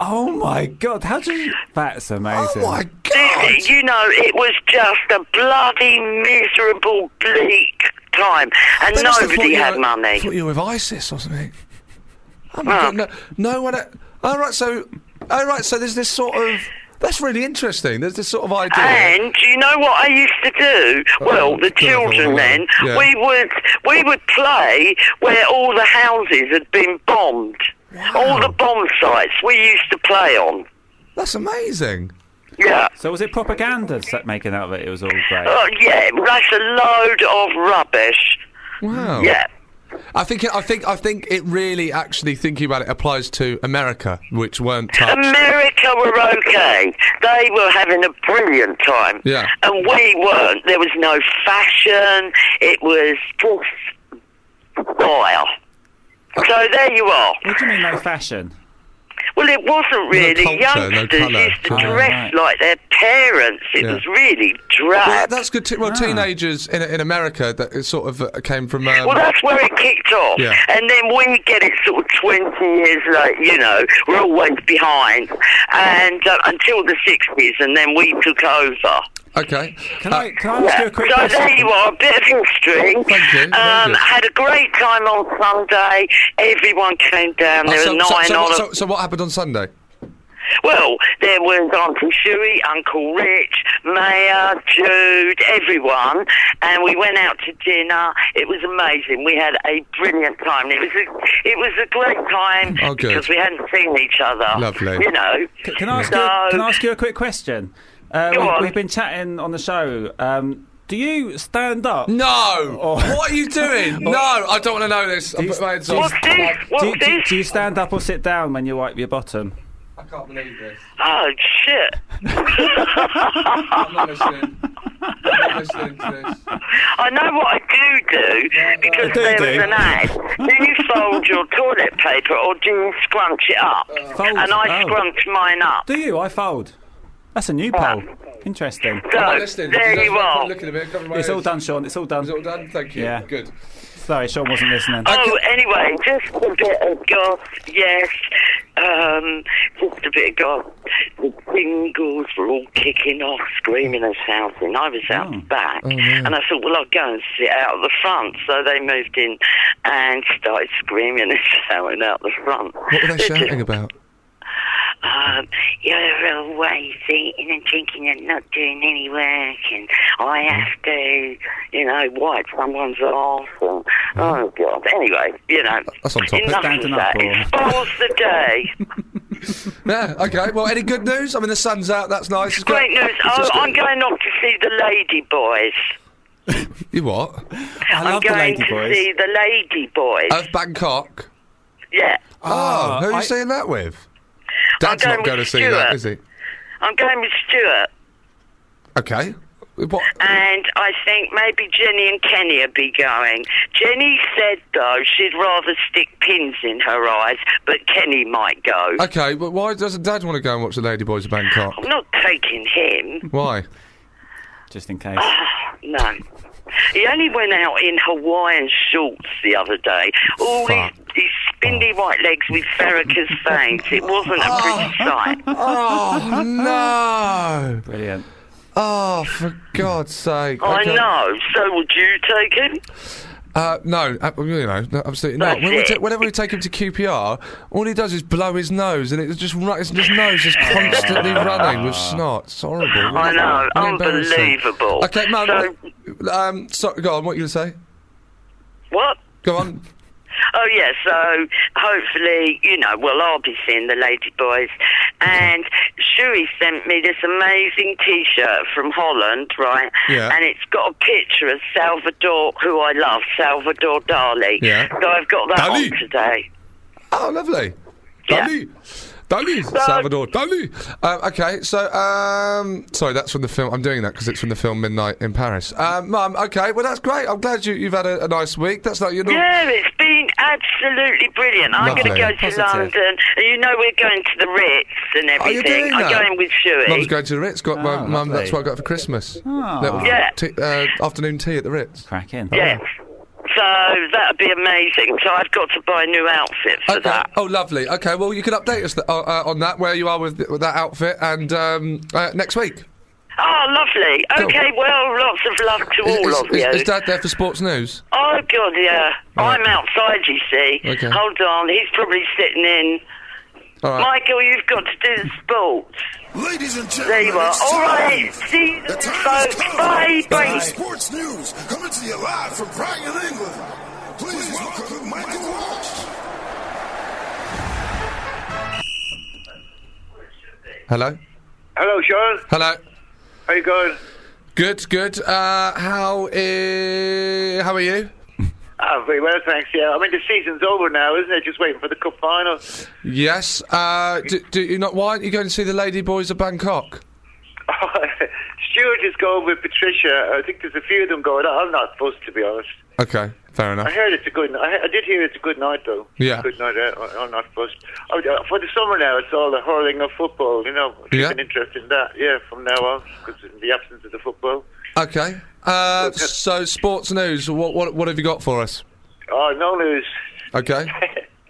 E: Oh my god, how do you? That's amazing.
D: Oh, my
G: Th-
D: God.
G: You know, it was just a bloody miserable, bleak time, and
D: They must have thought
G: nobody
D: you
G: had
D: were-
G: money.
D: thought you were with ISIS or something. Oh, my
G: Ah.
D: God, no, no one. uh, All right, so, all right, so there's this sort of. That's really interesting. There's this sort of idea.
G: And do you know what I used to do? Well, the
D: clever
G: children
D: woman.
G: then
D: Yeah.
G: we would we would play where all the houses had been bombed. All the bomb sites we used to play on.
D: That's amazing.
G: Yeah.
E: So was it propaganda that making out that it was all great?
G: Oh yeah, that's a load of rubbish.
D: Wow.
G: Yeah.
D: I think I think I think it really actually thinking about it applies to America, which weren't touched.
G: America were okay. They were having a brilliant time.
D: Yeah.
G: And we weren't. There was no fashion. It was just vile. So there you are.
E: What do you mean no fashion?
G: Well, it wasn't really.
D: culture, no
G: Youngsters
D: colour.
G: used to
E: Oh,
G: dress
E: right.
G: like their parents. It
D: Yeah.
G: was really
D: Well,
G: drab.
D: that's good. T- well, teenagers in in America that it sort of uh, came from. Um,
G: Well, that's where it kicked off.
D: Yeah.
G: And then we get it sort of 20 years later, you know, we're always behind. And uh, until the 60s, and then we took over.
D: okay.
E: Can
D: Uh,
E: I can I ask you a quick
G: so
E: question?
G: there you are, a bit of history.
D: Thank you, thank
G: Um,
D: you.
G: Had a great time on Sunday. Everyone came down.
D: uh,
G: There
D: so,
G: were nine
D: so, so,
G: on
D: what-
G: a
D: so, so what happened on Sunday?
G: Well, there was Auntie Shuey, Uncle Rich, Mayor, Jude, everyone, and we went out to dinner. It was amazing. We had a brilliant time. It was a, it was a great time
D: Oh, good.
G: because we hadn't seen each other.
D: Lovely.
G: You know.
E: C- Can I ask
G: so,
E: you? Can I ask you a quick question? Uh,
G: Go
E: we,
G: on.
E: We've been chatting on the show. Um, do you stand up?
D: No.
E: Oh.
D: What are you doing? no, I don't want to know this. I
E: you-
D: put my hands
E: do you-
D: on.
G: What's this?
E: Do
G: What's
E: you, do, you-
G: this?
E: do you stand up or sit down when you wipe your bottom?
D: I can't believe this.
G: Oh, shit.
D: I'm not listening. I'm not listening to this.
G: I know what I do do because
E: Do
G: there
E: do.
G: was an ad. Do you fold your toilet paper or do you scrunch it up?
E: Fold.
G: And I
E: Oh.
G: scrunch mine up.
E: Do you? I fold. That's a new poll. Interesting.
D: I'm not
G: So
D: listening.
G: there
D: Just
G: you are.
D: Looking at me, I've got my
E: It's all
D: ears.
E: done, Sean. It's all
D: It's all
E: done.
D: done. Thank you.
E: Yeah.
D: Good.
E: Sorry, Sean wasn't listening.
G: Oh, anyway, just a bit of goth, yes. Um, just a bit of goth. The Pringles were all kicking off, screaming and shouting. I was out
D: Hmm.
G: the back,
D: Oh,
G: and I thought, well, I'll go and sit out the front. So they moved in and started screaming and shouting out the front.
D: What were they shouting about?
G: Um, you're always eating and drinking and not doing any work, and I
E: Mm-hmm.
G: have to, you know, wipe someone's arse. And,
E: Mm-hmm.
G: oh, God. Anyway, you know.
D: That's on topic.
G: enough
E: Down
G: of
E: and up,
G: that.
E: or-
G: Expose the day.
D: Yeah, okay. Well, any good news? I mean, the sun's out. That's nice. It's
G: Great news. Oh, I'm going off to see the Lady Boys.
D: You what?
E: I
G: I'm
E: love the
G: going
E: Lady
G: to
E: Boys. Oh.
G: see the Lady Boys.
D: Of Bangkok.
G: yeah.
D: Oh, who are you
E: Ah, I-
D: seeing that with? Dad's
G: going
D: not going to
G: with
D: see that, is
G: Stuart.
D: he?
G: I'm going with Stuart.
D: Okay. What?
G: And I think maybe Jenny and Kenny will be going. Jenny said, though, she'd rather stick pins in her eyes, but Kenny might go.
D: Okay, but why doesn't Dad want to go and watch the Lady Boys of Bangkok?
G: I'm not taking him.
D: Why?
E: Just in case.
G: No. He only went out in Hawaiian shorts the other day. All his,
D: Fuck. Oh.
G: his spindly white legs with varicose veins. It wasn't a pretty sight.
D: Oh no!
E: Brilliant.
D: Oh, for God's sake!
G: Oh, I
D: Okay.
G: know. So would you take him?
D: Uh, no, ab- you know, no, absolutely not.
G: That's
D: When we
G: it.
D: ta- whenever we take him to QPR, all he does is blow his nose, and it's just ru- it's- his nose is constantly running with snot. It's horrible.
G: I know.
D: Really embarrassing.
G: Unbelievable.
D: Okay, Mum.
G: So,
D: um, so, go on. What you gonna say?
G: what?
D: Go on.
G: Oh yeah, so hopefully, you know, well I'll be seeing the Lady Boys. And Shuey sent me this amazing T shirt from Holland, right?
D: Yeah.
G: And it's got a picture of Salvador who I love, Salvador Dali.
D: Yeah.
G: So I've got that
D: Dali.
G: on today.
D: Oh, lovely.
G: Yeah.
D: Dali. Dali. Salvador. Dali. Um, okay, so, um, sorry, that's from the film. I'm doing that because it's from the film Midnight in Paris. Um, Mum, okay, well, that's great. I'm glad you, you've had a, a nice week. That's like your normal.
G: Yeah, it's been absolutely brilliant. I'm going to
D: Lovely.
G: go to London. And you know, we're going to the Ritz and
D: Are you
G: everything.
D: doing
G: I'm
D: that?
G: going with Shuey. Ah,
D: Mum's going to the Ritz. Got my
E: Oh,
D: mum.
E: lovely.
D: That's what I got for Christmas.
E: Oh.
D: Little
G: Yeah.
D: tea- uh, afternoon tea at the Ritz.
E: Crack in.
G: Yes. So that'd be amazing. So I've got to buy a new outfit for
D: Okay.
G: that.
D: Oh, lovely. Okay. Well, you can update us th- uh, uh, on that where you are with, th- with that outfit and um, uh, next week.
G: Oh, lovely.
D: Cool.
G: Okay, well, lots of love to all
D: is,
G: of you.
D: is, is Dad there for sports news?
G: oh, God, yeah. I'm outside, you see.
D: Okay.
G: Hold on, he's probably sitting in.
D: All right.
G: Michael, you've got to do the sports.
H: Ladies and
G: There
H: gentlemen,
G: you are.
H: it's
G: All
H: time.
G: right, see you
H: The
G: then,
H: time has
G: folks.
H: come.
G: Bye,
H: Live
G: bye.
H: Sports news coming to you live from Brighton, England. Please welcome Michael Walsh.
D: Hello.
I: Hello, Sean.
D: Hello.
I: How you going?
D: Good, good. Uh, how i- how are you?
I: Ah, very well, thanks. Yeah, I mean the season's over now, isn't it? Just waiting for the cup final.
D: Yes. Uh, do, do you not? Why aren't you going to see the Lady Boys of Bangkok?
I: Stuart is going with Patricia. I think there's a few of them going. I'm not supposed to be honest.
D: Okay, fair
I: I
D: enough.
I: heard it's a good. n- I, he- I did hear it's a good night though.
D: Yeah.
I: Good night. uh, out. I, I'm not supposed. Oh, yeah, for the summer now, it's all the hurling of football. You know, keep
D: Yeah.
I: an interest in that. Yeah, from now on, because in the absence of the football.
D: Okay. Uh, so sports news. What what what have you got for us?
I: Oh, no news.
D: Okay.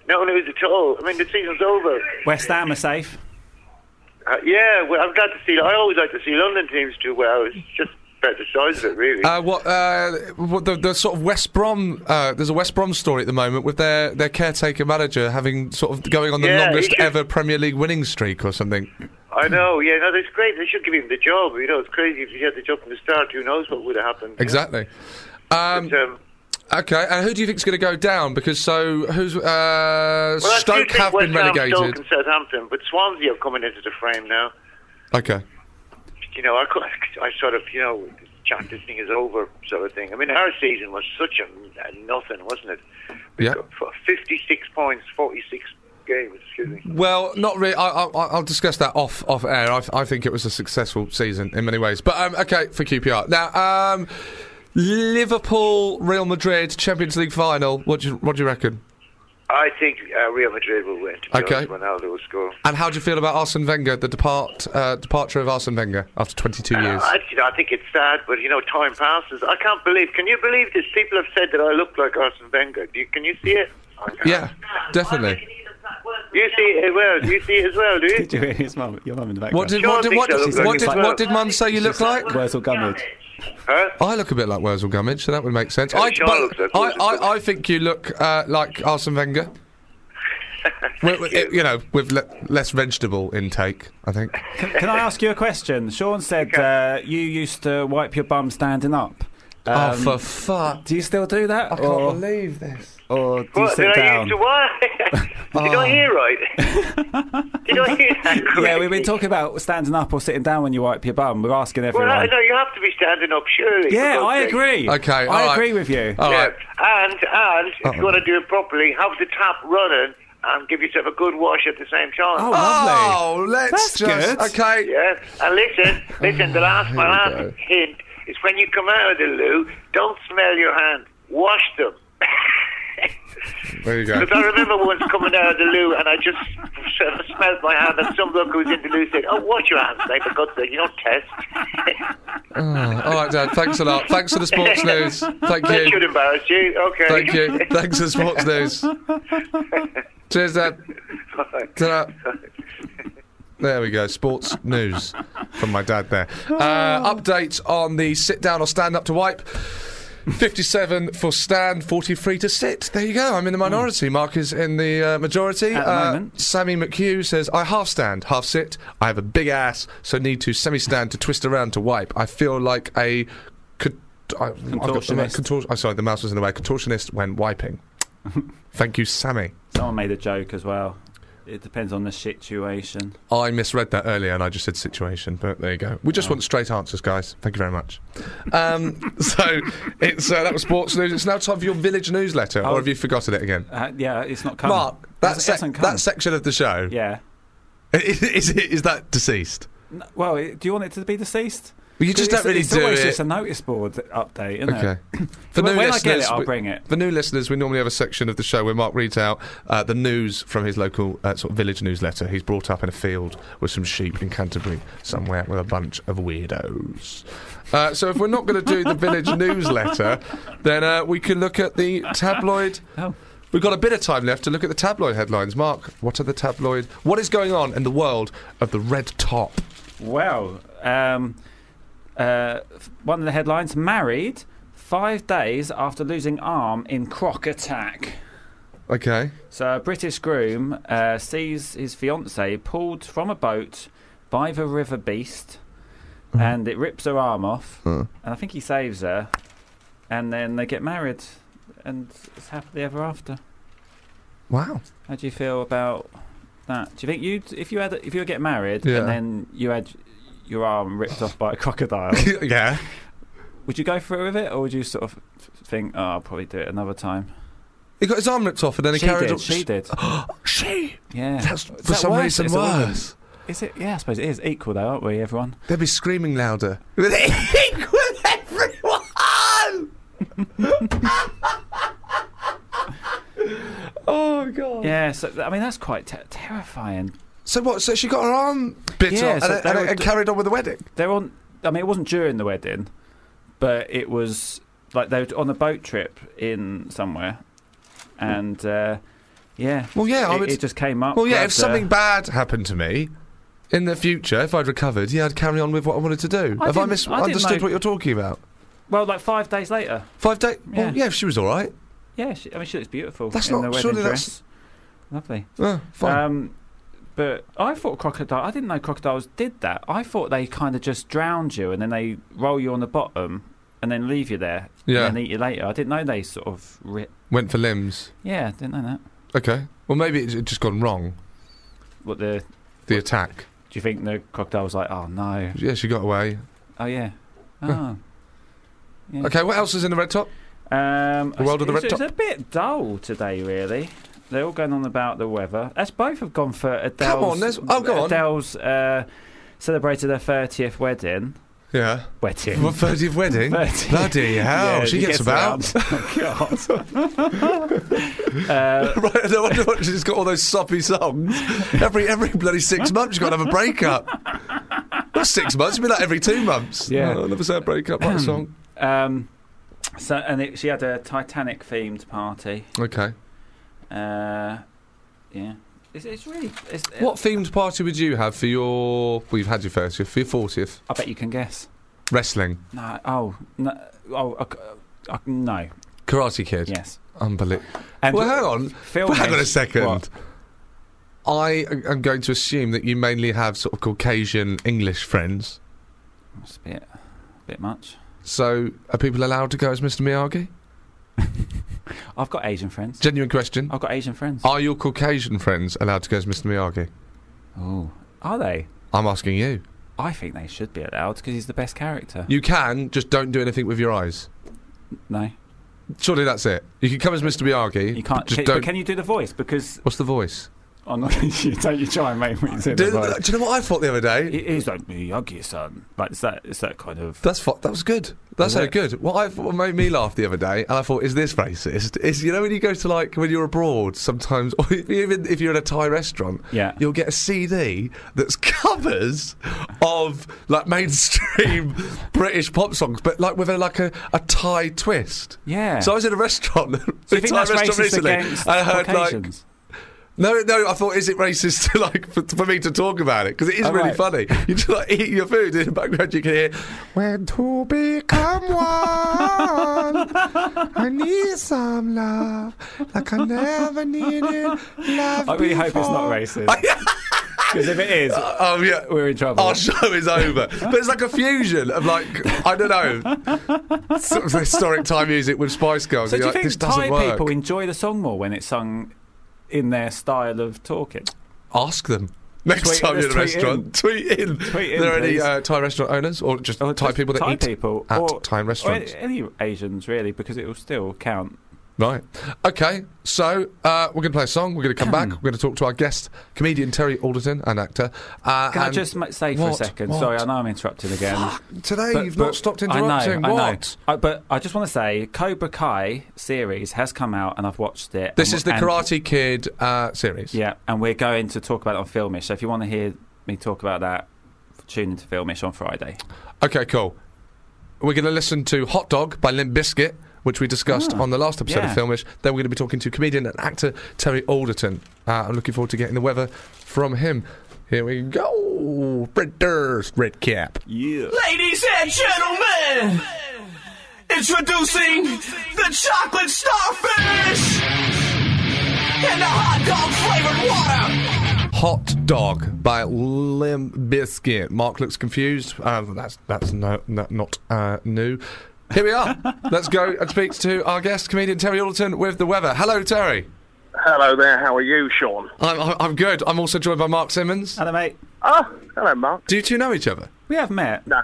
I: no news at all. I mean, the season's over.
E: West Ham are safe.
I: Uh, yeah, well, I'm glad to see. I always like to see London teams do well. It's just about the size of it, really.
D: Uh, what uh, what the, the sort of West Brom? Uh, there's a West Brom story at the moment with their their caretaker manager having sort of going on the
I: Yeah, he
D: longest
I: should-
D: ever Premier League winning streak or something.
I: I know. Yeah, no, that's great. They should give him the job. You know, it's crazy if he had the job from the start. Who knows what would have happened?
D: Exactly. Um,
I: But, um,
D: okay. And who do you think's going to go down? Because so who's uh,
I: well, I do
D: Stoke
I: think
D: have
I: West
D: been
I: Ham, Stoke
D: relegated.
I: and Southampton, but Swansea have coming into the frame now.
D: Okay.
I: You know, I, cou- I sort of, you know, chat, this thing is over, sort of thing. I mean, our season was such a, a nothing, wasn't it?
D: Yeah.
I: F- Fifty-six points, forty-six games. Excuse me.
D: Well, not really. I, I, I'll discuss that off off air. I, I think it was a successful season in many ways. But um, okay, for QPR now. Um, Liverpool, Real Madrid, Champions League final. What do you, what do you reckon?
I: I think uh, Real Madrid will win. To be
D: Okay.
I: honest, Ronaldo will score.
D: And how do you feel about Arsene Wenger, the depart uh, departure of Arsene Wenger after 22 years?
I: Uh, I, you know, I think it's sad, but you know, time passes. I can't believe. Can you believe this? People have said that I look like Arsene Wenger. Do you, can you see it? I can't.
D: Yeah, definitely.
I: You see it as well. You see it as well, do you?
E: Do you hear his mum? Your mum in the background.
D: What did
I: Sure,
D: what did
I: I
D: what
I: think
D: did,
I: so.
D: what
I: Looks
D: did,
I: like-
D: what did Mum say you look like?
E: Where's all Gummidge?
I: Huh?
D: I look a bit like Wurzel Gummidge, so that would make sense.
I: Yeah,
D: I,
I: Sean
D: but
I: looks like
D: I,
I: Wurzel
D: I, I
I: Gummidge.
D: think you look uh, like Arsene Wenger. Wi- wi- you know, with le- less vegetable intake, I think.
E: Can, can I ask you a question? Sean said uh, you used to wipe your bum standing up.
D: oh,
E: Um,
D: for fuck!
E: do you still do that?
D: I can't
E: or,
D: believe this.
E: or do you
I: What
E: sit
I: did I
E: down? Oh.
I: use to what? Did I hear right? Did I hear that correctly?
E: yeah, we've been talking about standing up or sitting down when you wipe your bum. We're asking
I: Well,
E: everyone.
I: no, no, you have to be standing up, surely. for
E: yeah,
I: God's
E: I
I: sake.
E: agree.
D: Okay,
E: I
D: all right. Oh.
E: agree with you.
D: All
I: Yeah.
D: right.
I: And and if
D: Uh-oh.
I: you want to do it properly, have the tap running and give yourself a good wash at the same time.
E: Oh, lovely.
D: Oh, let's
E: That's
D: just
E: good.
D: okay.
I: Yeah, and listen, listen.
E: Oh,
I: The last, my
D: Here we
I: last
D: go.
I: hint is when you come out of the loo, don't smell your hands. Wash them.
D: There you go.
I: Because I remember once coming out of the loo and I just smelled my hand, and some bloke who was in the loo said, "Oh, wash your hands, mate, for God's sake, you don't test."
D: All right, Dad. Thanks a lot. Thanks for the sports news. Thank
I: That should
D: you.
I: embarrass you. Okay.
D: Thank you. Thanks for the sports news. Cheers, Dad. Ta-ra. There we go. Sports news from my dad there. Uh, updates on the sit down or stand up to wipe. 57 for stand, 43 to sit. There you go. I'm in the minority. Mark is in the uh, majority.
E: At the
D: Uh,
E: moment.
D: Sammy McHugh says, I half stand, half sit. I have a big ass, so need to semi stand to twist around to wipe. I feel like a. Cont- I, I've got-
E: Contortionist.
D: contor- I'm sorry, the mouse was in the way. Contortionist when wiping. Thank you, Sammy.
E: Someone made a joke as well. It depends on the situation.
D: I misread that earlier and I just said situation, but there you go. We
E: Oh.
D: just want straight answers, guys. Thank you very much. Um, so it's uh, that was sports news. It's now time for your village newsletter, or have you forgotten it again?
E: Uh, yeah, it's not coming.
D: Mark, that,
E: It's- Oh. it
D: sec-
E: hasn't come.
D: that section of the show
E: yeah.
D: is, is, is that deceased?
E: No, well, it- do you want it to be deceased?
D: Well, you just
E: It's-
D: don't really
E: it's
D: do
E: always
D: it.
E: just a notice board update, isn't
D: Okay.
E: it? So when I get it, I'll
D: we-
E: bring it.
D: For new listeners, we normally have a section of the show where Mark reads out uh, the news from his local uh, sort of village newsletter. He's brought up in a field with some sheep in Canterbury somewhere with a bunch of weirdos. Uh, so if we're not going to do the village newsletter, then uh, we can look at the tabloid.
E: Oh.
D: We've got a bit of time left to look at the tabloid headlines. Mark, what are the tabloid? What is going on in the world of the red top?
E: Well, um, uh, f- one of the headlines married five days after losing arm in croc attack.
D: Okay.
E: So, a British groom uh, sees his fiancee pulled from a boat by the river beast, and it rips her arm off. And I think he saves her, and then they get married, and it's happily ever after.
D: Wow.
E: How do you feel about that? Do you think you, if you had, if you were getting married,
D: Yeah.
E: and then you had your arm ripped off by a crocodile,
D: yeah.
E: would you go through with it, or would you sort of think, oh, I'll probably do it another time?
D: He got his arm ripped off and then he
E: she
D: carried
E: did.
D: on.
E: She did.
D: She.
E: Yeah.
D: That's
E: Is
D: for
E: that
D: some
E: worse?
D: reason
E: It's all good.
D: worse.
E: Is it? Yeah, I suppose it is equal though, aren't we, everyone?
D: They'd be screaming louder. With everyone! oh, God.
E: Yeah, so th- I mean that's quite te- terrifying.
D: So what? So she got her arm bit
E: Yeah,
D: off
E: so
D: and,
E: they
D: and-
E: were
D: and
E: d-
D: carried on with the wedding.
E: They're on. I mean, it wasn't during the wedding, but it was like they were on a boat trip in somewhere, and uh, yeah,
D: Well, yeah, I
E: it,
D: would-
E: it just came up.
D: Well, yeah,
E: grabbed
D: if something
E: her.
D: bad happened to me in the future, if I'd recovered, yeah, I'd carry on with what I wanted to do.
E: I
D: Have I
E: didn't- I didn't
D: misunderstood
E: know-
D: what you're talking about?
E: well, like five days later.
D: Five days?
E: Yeah.
D: Well, yeah, she was all right.
E: Yeah, she, I mean she looks beautiful.
D: That's
E: in
D: not-
E: the wedding
D: surely that's-
E: dress. lovely.
D: Oh, fine.
E: Um, but I thought crocodile. I didn't know crocodiles did that. I thought they kind of just drowned you and then they roll you on the bottom and then leave you there
D: Yeah.
E: and then eat you later. I didn't know they sort of rip.
D: Went for limbs.
E: Yeah, I didn't know that.
D: Okay. Well, maybe it, it just gone wrong,
E: What the? Do
D: the attack.
E: you think the crocodile was like? Oh no.
D: Yeah, she got away.
E: Oh yeah. Oh.
D: Okay, what else is in the red top?
E: Um,
D: The world of the
E: it's,
D: red
E: it's a bit dull today, really. They're all going on about the weather. That's both have gone for Adele's.
D: Come on, there's- oh, go on.
E: Adele's uh, celebrated her thirtieth wedding.
D: Yeah.
E: Wedding.
D: What, 30th wedding?
E: 30th.
D: Bloody hell,
E: Yeah,
D: she gets, Oh, about.
E: around. God.
D: right, no wonder why she's got all those soppy songs. Every every bloody six months, she's got to have a breakup. Not six months, it'd be like every two months.
E: Yeah.
D: Oh, I never say a breakup, what a song.
E: Um, so, and it, she had a Titanic themed party.
D: Okay.
E: Uh, yeah, it's, it's really. It's,
D: What themed party would you have for your. Well, you've had your 30th, for your 40th?
E: I bet you can guess.
D: Wrestling.
E: No. Oh. No. Oh. I c- I c- no.
D: Karate Kid.
E: Yes.
D: Unbelievable.
E: And
D: Well, hang on.
E: Phil
D: Well, hang on a
E: mentioned-
D: second.
E: What?
D: I am going to assume that you mainly have sort of Caucasian English friends.
E: That's a bit, bit much.
D: So, are people allowed to go as Mr. Miyagi?
E: I've got Asian friends.
D: Genuine question.
E: I've got Asian friends.
D: Are your Caucasian friends allowed to go as Mr. Miyagi?
E: Oh. Are they?
D: I'm asking you.
E: I think they should be allowed because he's the best character.
D: You can, just don't do anything with your eyes.
E: no.
D: Surely that's it. You can come as Mr. Miyagi.
E: You can't.
D: Just
E: Can,
D: don't.
E: but can you do the voice? Because
D: What's the voice?
E: I'm not. you don't you try and make me do
D: Do,
E: the voice.
D: do you know what I thought the other day?
E: It is like Miyagi-san. Like it's that. It's that kind of.
D: That's fu- that was good. That sounded good. What I what made me laugh the other day, and I thought, is this racist? Is you know when you go to like when you're abroad sometimes, or even if you're in a Thai restaurant,
E: Yeah.
D: you'll get a CD that's covers of like mainstream British pop songs, but like with a like a, a Thai twist.
E: Yeah.
D: So I was in a restaurant,
E: Do
D: a
E: you think
D: Thai
E: that's
D: restaurant
E: racist
D: recently.
E: against
D: I heard like
E: Caucasians?
D: no, no. I thought, is it racist to like for, for me to talk about it? Because it is
E: Oh,
D: really
E: right.
D: funny. You just like eat your food in the background. You can hear when to become one. I need some love like I never needed love.
E: I really hope it's not
D: before."
E: racist. Because if it is,
D: Oh yeah,
E: We're in trouble.
D: Our show is over. but it's like a fusion of like I don't know, sort of historic Thai music with Spice Girls.
E: so
D: You're
E: do you
D: like,
E: think
D: this doesn't
E: Thai
D: work.
E: people enjoy the song more when it's sung in their style of talking?
D: ask them. Next
E: Tweet-
D: time you're in a
E: let's tweet
D: restaurant, tweet in.
E: Tweet in,
D: Are there any
E: please.
D: uh, Thai restaurant owners or just
E: Or
D: Thai
E: just
D: people that
E: Thai
D: eat
E: people
D: at
E: or,
D: Thai restaurants?
E: Or any, any Asians really, because it will still count.
D: Right. Okay. So uh, we're going to play a song. We're going to come back. We're going to talk to our guest, comedian Terry Alderton, an actor. Uh,
E: Can I
D: and-
E: just ma- say for a
D: What?
E: second?
D: What?
E: Sorry, I know I'm interrupting again.
D: Today
E: But-
D: you've
E: but-
D: not stopped interrupting.
E: I know,
D: what?
E: I know. I, but I just want to say, Cobra Kai series has come out, and I've watched it.
D: This
E: and-
D: is the
E: and-
D: Karate Kid uh, series.
E: Yeah, and we're going to talk about it on Filmish. So if you want to hear me talk about that, tune into Filmish on Friday.
D: Okay, cool. We're going to listen to Hot Dog by Limp Biscuit, which we discussed on the last episode
E: yeah.
D: of Filmish. Then we're going to be talking to comedian and actor Terry Alderton. Uh, I'm looking forward to getting the weather from him. Here we go. Fred Durst, Red Cap.
J: Ladies and gentlemen, introducing the chocolate starfish and the hot dog flavored water.
D: Hot Dog by Limp Biscuit. Mark looks confused. Um, that's that's no, no, not uh, new. Here we are. Let's go and speak to our guest, comedian Terry Alderton, with the weather. Hello, Terry.
I: Hello there, how are you, Sean?
D: I'm, I'm- I'm good. I'm also joined by Mark Simmons.
E: Hello, mate.
I: Oh, hello, Mark.
D: Do you two know each other?
E: We have met.
I: No.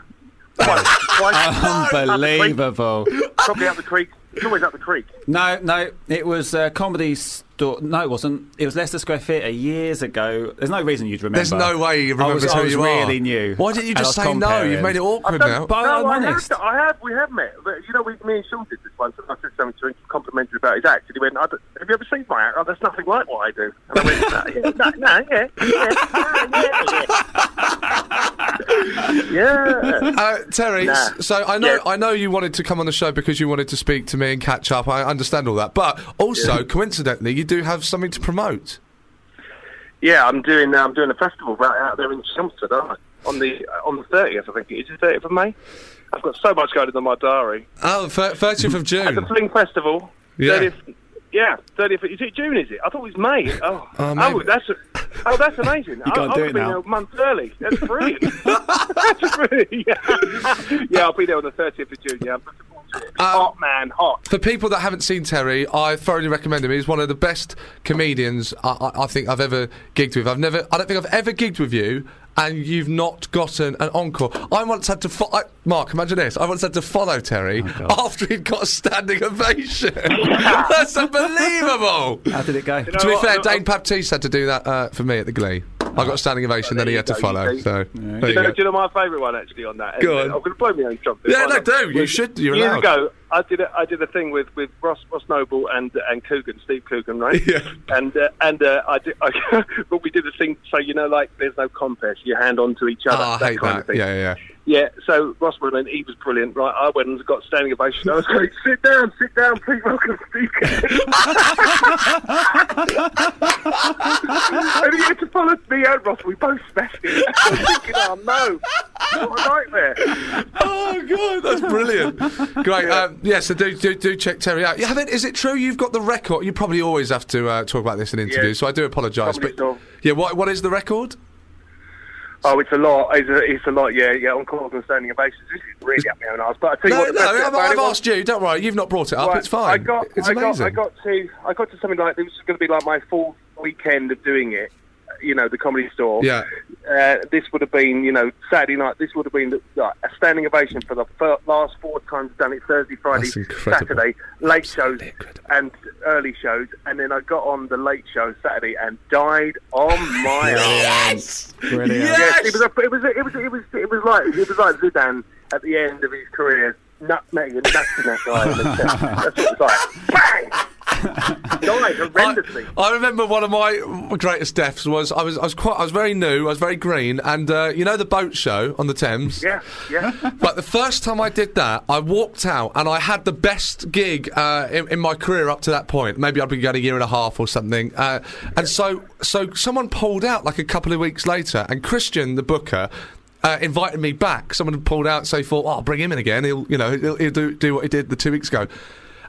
I: Twice.
E: Unbelievable.
I: Probably up the creek. It's always up the creek.
E: No, no, it was uh, comedy store. No, it wasn't. It was Leicester Square Theatre years ago. There's no reason you'd remember.
D: There's no way he
E: I
D: remembers
E: was,
D: who
E: I was
D: you
E: really
D: are.
E: new.
D: Why didn't you
E: And I
D: just
E: was
D: say no? You've
E: comparing.
D: made it awkward now.
E: But I'm
I: no, I have,
E: honest.
I: done- I have. We have met. But, you know, we, me and Sean did this once, and I said something to him complimentary about his act, and he went, I don't- "Have you ever seen my act? Oh, there's nothing like what I do." And I went, "No, yeah, no, no, yeah, yeah, yeah, yeah, yeah."
D: Uh, Terry,
I: Nah.
D: s- so I know
I: Yes.
D: I know you wanted to come on the show because you wanted to speak to me and catch up. I understand all that, but also coincidentally, you do have something to promote.
I: Yeah, I'm doing. uh, I'm doing a festival right out there in Chelmsford, aren't I? On the uh, on the thirtieth, I think it is the thirtieth of May. I've got so much going on in my diary.
D: Oh, thirtieth of
I: At the
D: June.
I: Fling Festival.
D: Yeah.
I: 30th, yeah, thirtieth. Is it June? Is it? I thought it was May. Oh,
D: Oh, maybe.
I: oh that's oh, that's amazing. you
E: can't
I: I'll,
E: do
I: I'll
E: it
I: be
E: now.
I: there a month early. That's brilliant. that's brilliant. Yeah. yeah, I'll be there on the thirtieth of June. Yeah, I'm looking forward to it. hot man, hot.
D: For people that haven't seen Terry, I thoroughly recommend him. He's one of the best comedians I, I, I think I've ever gigged with. I've never, I don't think I've ever gigged with you and you've not gotten an encore. I once had to fo- I, Mark. Imagine this. I once had to follow Terry after he'd got a standing ovation. That's unbelievable.
E: How did it go?
D: to be fair, Dane Baptiste had to do that uh, for me at the Glee. I got a standing ovation, then he had to follow. So there
I: Do
D: you
I: you, know,
D: go.
I: do you know my favourite one actually on that?
D: Go
I: Anyway,
D: on.
I: I'm going to blow my own trumpet.
D: Yeah,
I: Why
D: no,
I: not?
D: do. You
I: Was-
D: should. You're
I: years
D: allowed.
I: ago, I did a, I did a thing with, with Ross Ross Noble and and Coogan, Steve Coogan, right?
D: Yeah.
I: And uh, and uh, I did, I, but we did a thing. So you know, like there's no contest. You hand on to each other.
D: Oh, I
I: that
D: hate
I: kind
D: that.
I: Of thing.
D: Yeah, yeah.
I: Yeah, so Ross Mullen, he was brilliant, right? I went and got standing ovation. I was going, sit down, sit down, please welcome speaker. and he had to follow me and Ross. We both smashed it. I was thinking, oh no, what a nightmare.
D: Oh god, that's brilliant! Great. Um, yeah, so do, do do check Terry out. You haven't? Is it true you've got the record? You probably always have to uh, talk about this in interviews, so I do apologise.
I: Probably
D: But
I: so.
D: yeah, what what is the record?
I: Oh, it's a lot. It's a, it's a lot, yeah, yeah, on calls and standing ovations. This is really up my own arse. But I tell you
D: No,
I: what, the
D: no,
I: best bit
D: I've,
I: about it
D: I've
I: was-
D: asked you. Don't worry, you've not brought it up.
I: Right,
D: it's fine.
I: I got,
D: it's
I: I got,
D: amazing.
I: I got to, I got to something like this was going to be like my fourth weekend of doing it. You know, the comedy store.
D: Yeah.
I: Uh, this would have been, you know, Saturday night. This would have been like, a standing ovation for the fir- last four times I've done it: Thursday, Friday,
D: That's incredible.
I: Saturday, late shows
D: incredible.
I: and early shows. And then I got on the late show Saturday and died on my
D: yes,
I: ass.
E: Brilliant.
D: yes.
I: Yes, it was, a, it was, a, it was, a, it was, it was like, it was like Zidane at the end of his career, nutmegging, and nutting that guy. in the chest. That's what it was like. Bang! Died horrendously.
D: I, I remember one of my greatest deaths was I was I was quite I was very new I was very green and uh, you know the boat show on the Thames
I: Yeah, yeah.
D: But the first time I did that, I walked out and I had the best gig uh, in, in my career up to that point. Maybe I'd been going a year and a half or something. Uh, and so, so someone pulled out like a couple of weeks later, and Christian, the booker. Uh, invited me back. Someone had pulled out, so he thought, "Oh, I'll bring him in again. He'll, you know, he'll, he'll do, do what he did the two weeks ago."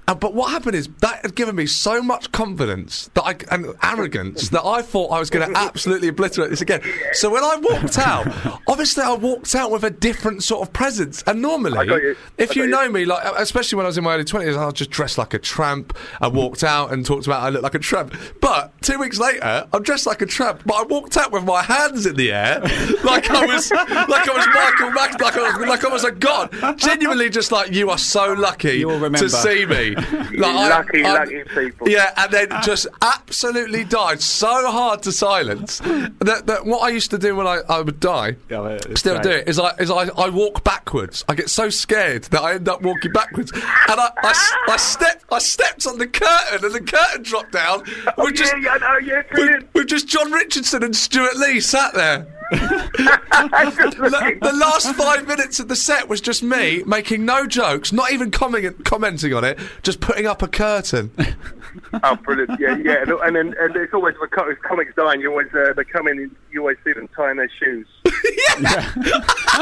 D: Uh, but what happened is that had given me so much confidence that I, and arrogance that I thought I was going to absolutely obliterate this again. So when I walked out, obviously I walked out with a different sort of presence. And normally,
I: I got you.
D: if
I: I
D: you
I: got you.
D: know me, like uh, especially when I was in my early twenties, I was just dressed like a tramp. I walked out and talked about I looked like a tramp. But two weeks later, I'm dressed like a tramp, but I walked out with my hands in the air, like I was, like I was Michael Max, like I was, like I was a god. Genuinely, just like you are so lucky
E: You will remember.
D: to see me. Like,
I: Lucky, lucky people.
D: Yeah, and then just absolutely died so hard to silence that, that what I used to do when I, I would die
E: Yeah, well, it's
D: still
E: great.
D: do it is I is I, I walk backwards. I get so scared that I end up walking backwards, and I, I, s- I step I stepped on the curtain, and the curtain dropped down.
I: Oh,
D: We've just
I: yeah, yeah, no, yeah,
D: we've,
I: brilliant.
D: we've just John Richardson and Stuart Lee sat there.
I: Just
D: The,
I: looking.
D: the last five minutes of the set was just me making no jokes, not even comment, commenting on it, just putting up a curtain.
I: oh, brilliant! Yeah, yeah, and and, then- and it's always when co- if comics dying. You always uh, they come in, and you always see them tying their shoes. yeah, they,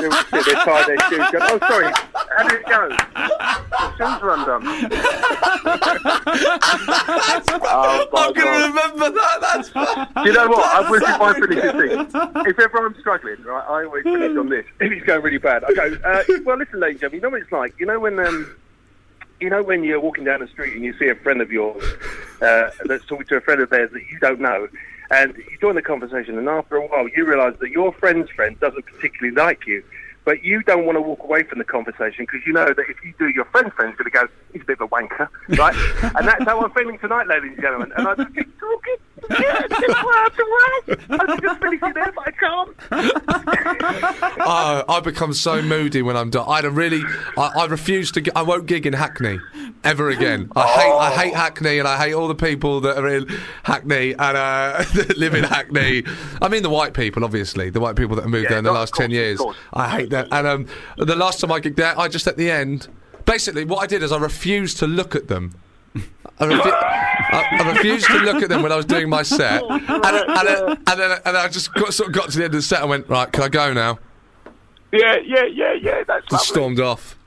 I: always see they tie their shoes. Go, oh, sorry, how did it go? The shoes are undone. oh, my
D: I'm going
I: God.
D: to remember that. That's
I: Do you know what? I wish if I finish this thing. If ever I'm struggling, right, I always finish on this. If it's going really bad, I go, uh, well, listen, ladies and gentlemen, you know what it's like? You know when, um, you know when you're walking down the street and you see a friend of yours uh, that's talking to a friend of theirs that you don't know, and you join the conversation, and after a while you realise that your friend's friend doesn't particularly like you. But you don't want to walk away from the conversation because you know that if you do, your friend's friend's going to go, he's a bit of a wanker, right? and that's how I'm feeling tonight, ladies and gentlemen. And I just keep talking. Yeah, it's just words and words. I'm just finishing there, but I can't.
D: Oh, I become so moody when I'm done. I had a really. I, I refuse to. gi- I won't gig in Hackney ever again. I hate. I
I: Oh.
D: hate Hackney, and I hate all the people that are in Hackney and uh, that live in Hackney. I mean, the white people, obviously, the white people that have moved
I: Yeah,
D: there in the
I: of
D: last
I: course,
D: ten
I: of
D: years.
I: course.
D: I hate that. And um, the last time I gigged there, I just at the end. Basically, what I did is I refused to look at them. I, refu- I, I refused to look at them when I was doing my set, and, and, then- and then and I just got, sort of got to the end of the set and went right, can I go now?
I: Yeah, yeah, yeah, yeah. That's
D: Just
I: lovely.
D: stormed off.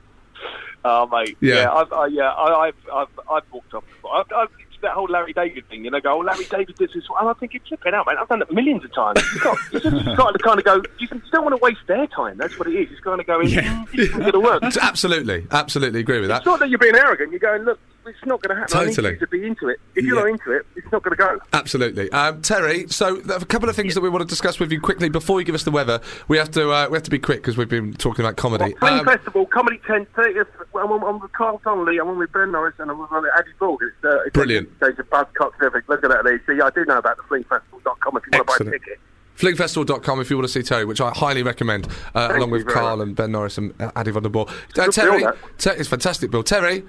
I: Oh, mate.
D: Yeah.
I: Yeah, I've, I, yeah, I, I've, I've, I've walked off. before. I've, I've, it's that whole Larry David thing, you know, go, oh, Larry David does this. And I think you're flipping out, man. I've done it millions of times. You've got, you just got to kind of go, you, can, you don't want to waste their time. That's what it "Mm, is. It's kind of going, yeah. it's going to work.
D: Absolutely, absolutely agree with that.
I: It's not that you're being arrogant. You're going, look, it's not going to happen. I need
D: Totally.
I: you to be into it. If you're
D: Yeah.
I: not into it, it's not going to go.
D: Absolutely, um, Terry. So th- a couple of things that we want to discuss with you quickly before you give us the weather. We have to uh, we have to be quick because we've been talking about comedy.
I: Spring
D: Um,
I: Festival, Comedy 10, 30th. I'm, on- I'm with Carl Donnelly, I'm on with Ben Norris, and I'm with Addy Ball. It's, uh, it's
D: Brilliant.
I: There's a buzz cock everything. Look at that there. See, I do know about the flingfestival.com if you want to buy a
D: Excellent.
I: ticket.
D: Um, Flingfestival.com if you want to see Terry, which I highly recommend, uh, along
I: you
D: with
I: very
D: Carl and Ben Norris and uh, Addy Van der Boer. Uh,
I: Good
D: Terry,
I: bill,
D: Ter- it's fantastic, Bill. Terry,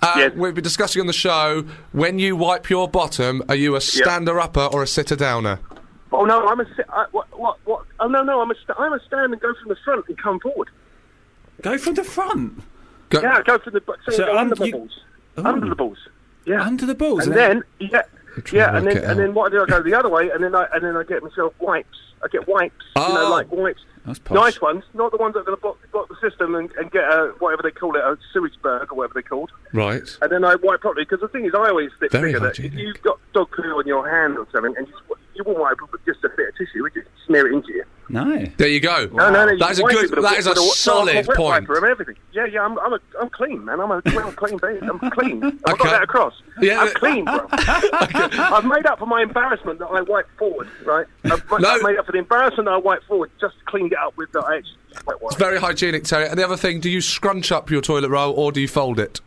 D: uh,
I: Yes.
D: we've been discussing on the show when you wipe your bottom, are you a stander upper or a sitter downer?
I: Oh, no, I'm a. si- I, what, what, what? Oh, no, no, I'm a, st- I'm a stand and go from the front and come forward.
E: Go from the front.
D: Go-
I: Yeah, go from the. bu- So,
E: So
I: so go
E: under
I: under the
E: you- Oh.
I: balls. Under the balls. Yeah.
E: Under the balls. eh?
I: and then yeah, yeah, and
D: work
I: then
D: it out.
I: and then what I do? I go the other way, and then I and then I get myself wipes. I get wipes, you
D: Oh.
I: know, like wipes.
E: Ah. That's posh.
I: nice ones, not the ones that are going to block, block the system and, and get a whatever they call it, a sewage burg or whatever they called.
D: Right.
I: And then I wipe properly because the thing is, I always think
D: Very
I: figure that if
D: hygienic.
I: you've got dog poo on your hand or something, and you, s- you won't wipe it with just a bit of tissue, you just smear it into you.
E: No.
D: There you go.
I: No, no, no. you
D: That is a
I: wipe
D: good.
I: it with
D: That is a
I: with with
D: solid
I: with a wet
D: point.
I: Wiper and everything. Yeah, yeah. I'm, I'm, a, I'm clean, man. I'm a well, clean baby. I'm clean. Have I
D: Okay.
I: got that across.
D: Yeah,
I: I'm
D: but-
I: clean, bro. I've made up for my embarrassment that I wiped forward, right? I've,
D: No.
I: I've made up for the embarrassment that I wiped forward. Just cleaned it up with the I actually wet wipe.
D: Very hygienic, Terry. And the other thing, do you scrunch up your toilet roll or do you fold it?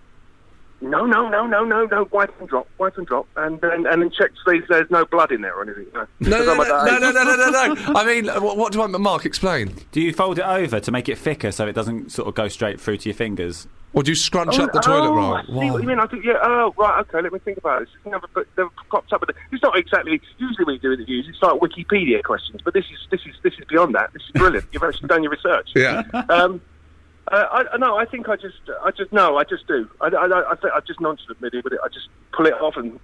I: No, no, no, no, no, no. Wipe and drop. Wipe and drop. And then and then check to see if there's no blood in there or anything. No,
D: No,
I: Because
D: no,
I: I'm
D: no,
I: at that
D: no,
I: age.
D: no, no, no, no, no. I mean, uh, what, what do I, Mark, explain?
E: Do you fold it over to make it thicker so it doesn't sort of go straight through to your fingers?
D: Or do you scrunch up the toilet
I: oh,
D: roll?
I: I see what you mean. I think, yeah, oh, right, okay, let me think about this. It's never, but never cropped up. with it. It's not exactly, usually when you do it in the news, it's like Wikipedia questions, but this is, this is, this is beyond that. This is brilliant. You've actually done your research.
D: Yeah.
I: Um, uh, I, no, I think I just, I just, no, I just do. I, I, I, I think I've just nonchalantly with it. I just pull it off and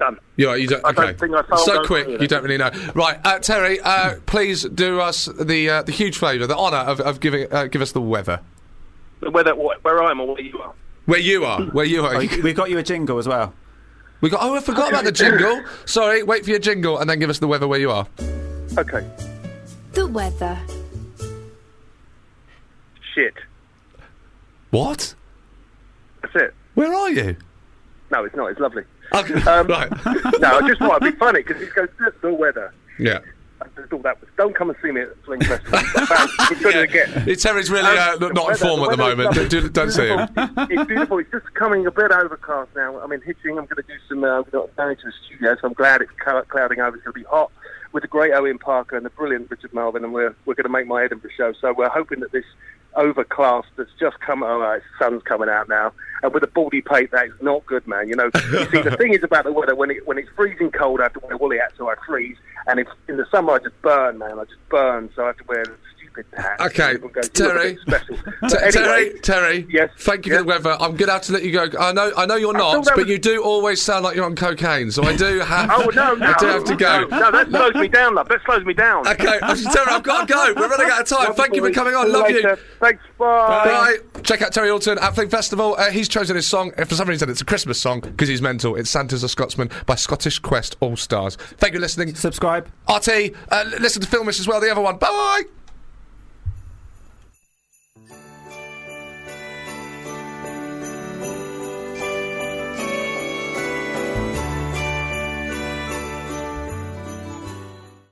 I: done.
D: Yeah, you don't.
I: I don't
D: Okay,
I: think I found
D: so
I: those
D: quick,
I: either.
D: you don't really know. Right, uh, Terry, uh, please do us the uh, the huge favour, the honour of, of giving uh, give us the weather
I: Whether, where I'm or where you are.
D: where you are, where you are.
E: We've got you a jingle as well.
D: We got. Oh, I forgot about the jingle. Sorry, wait for your jingle and then give us the weather where you are.
I: Okay.
B: The weather.
I: Shit.
D: What?
I: That's it.
D: Where are you?
I: No, it's not. It's lovely.
D: Okay,
I: Um,
D: right.
I: no, I just thought it'd be funny because it goes, the weather.
D: Yeah.
I: Just all that. Don't come and see me at Fling Festival. That's as good as it gets.
D: It's Terry's really uh,
I: Um,
D: not not in
I: weather-
D: form at the
I: weather's
D: moment.
I: lovely.
D: Do, not see him.
I: It's, it's beautiful. It's just coming a bit overcast now. I'm in Hitching. I'm going to do some. Uh, I'm going to the studio, so I'm glad it's cl- clouding over. It's going to be hot with the great Owen Parker and the brilliant Richard Melvin, and we're we're going to make my Edinburgh show. So we're hoping that this overcast that's just come. Oh, uh, sun's coming out now, and with a baldy pate, that's not good, man. You know. You see, the thing is about the weather when it when it's freezing cold, I have to wear woolly hats, so I freeze. And if in the summer I just burn, man, I just burn, so I have to wear a stupid hat.
D: Okay,
I: People go, "You look a
D: Terry.
I: bit special."
D: T-
I: But anyway-
D: Terry, Terry.
I: Yes,
D: Thank you
I: yes.
D: for the weather. I'm going to have to let you go. I know, I know you're not,
I: thought that
D: but
I: was-
D: you do always sound like you're on cocaine. So I do have.
I: Oh no, no,
D: I do have to go.
I: No, no, that slows me down, love. That slows me down.
D: Okay, I'm just Terry, I've got to go. We're running out of time. Thank you for coming on.
I: See
D: Love you.
I: later. Thanks. Bye.
D: Bye. Check out Terry Alton at Fling Festival. Uh, he's chosen his song. Uh, for some reason, it's a Christmas song because he's mental. It's Santa's a Scotsman by Scottish Quest All Stars. Thank you for listening.
E: Subscribe.
D: RT, uh, l- listen to Filmish as well, the other one. Bye.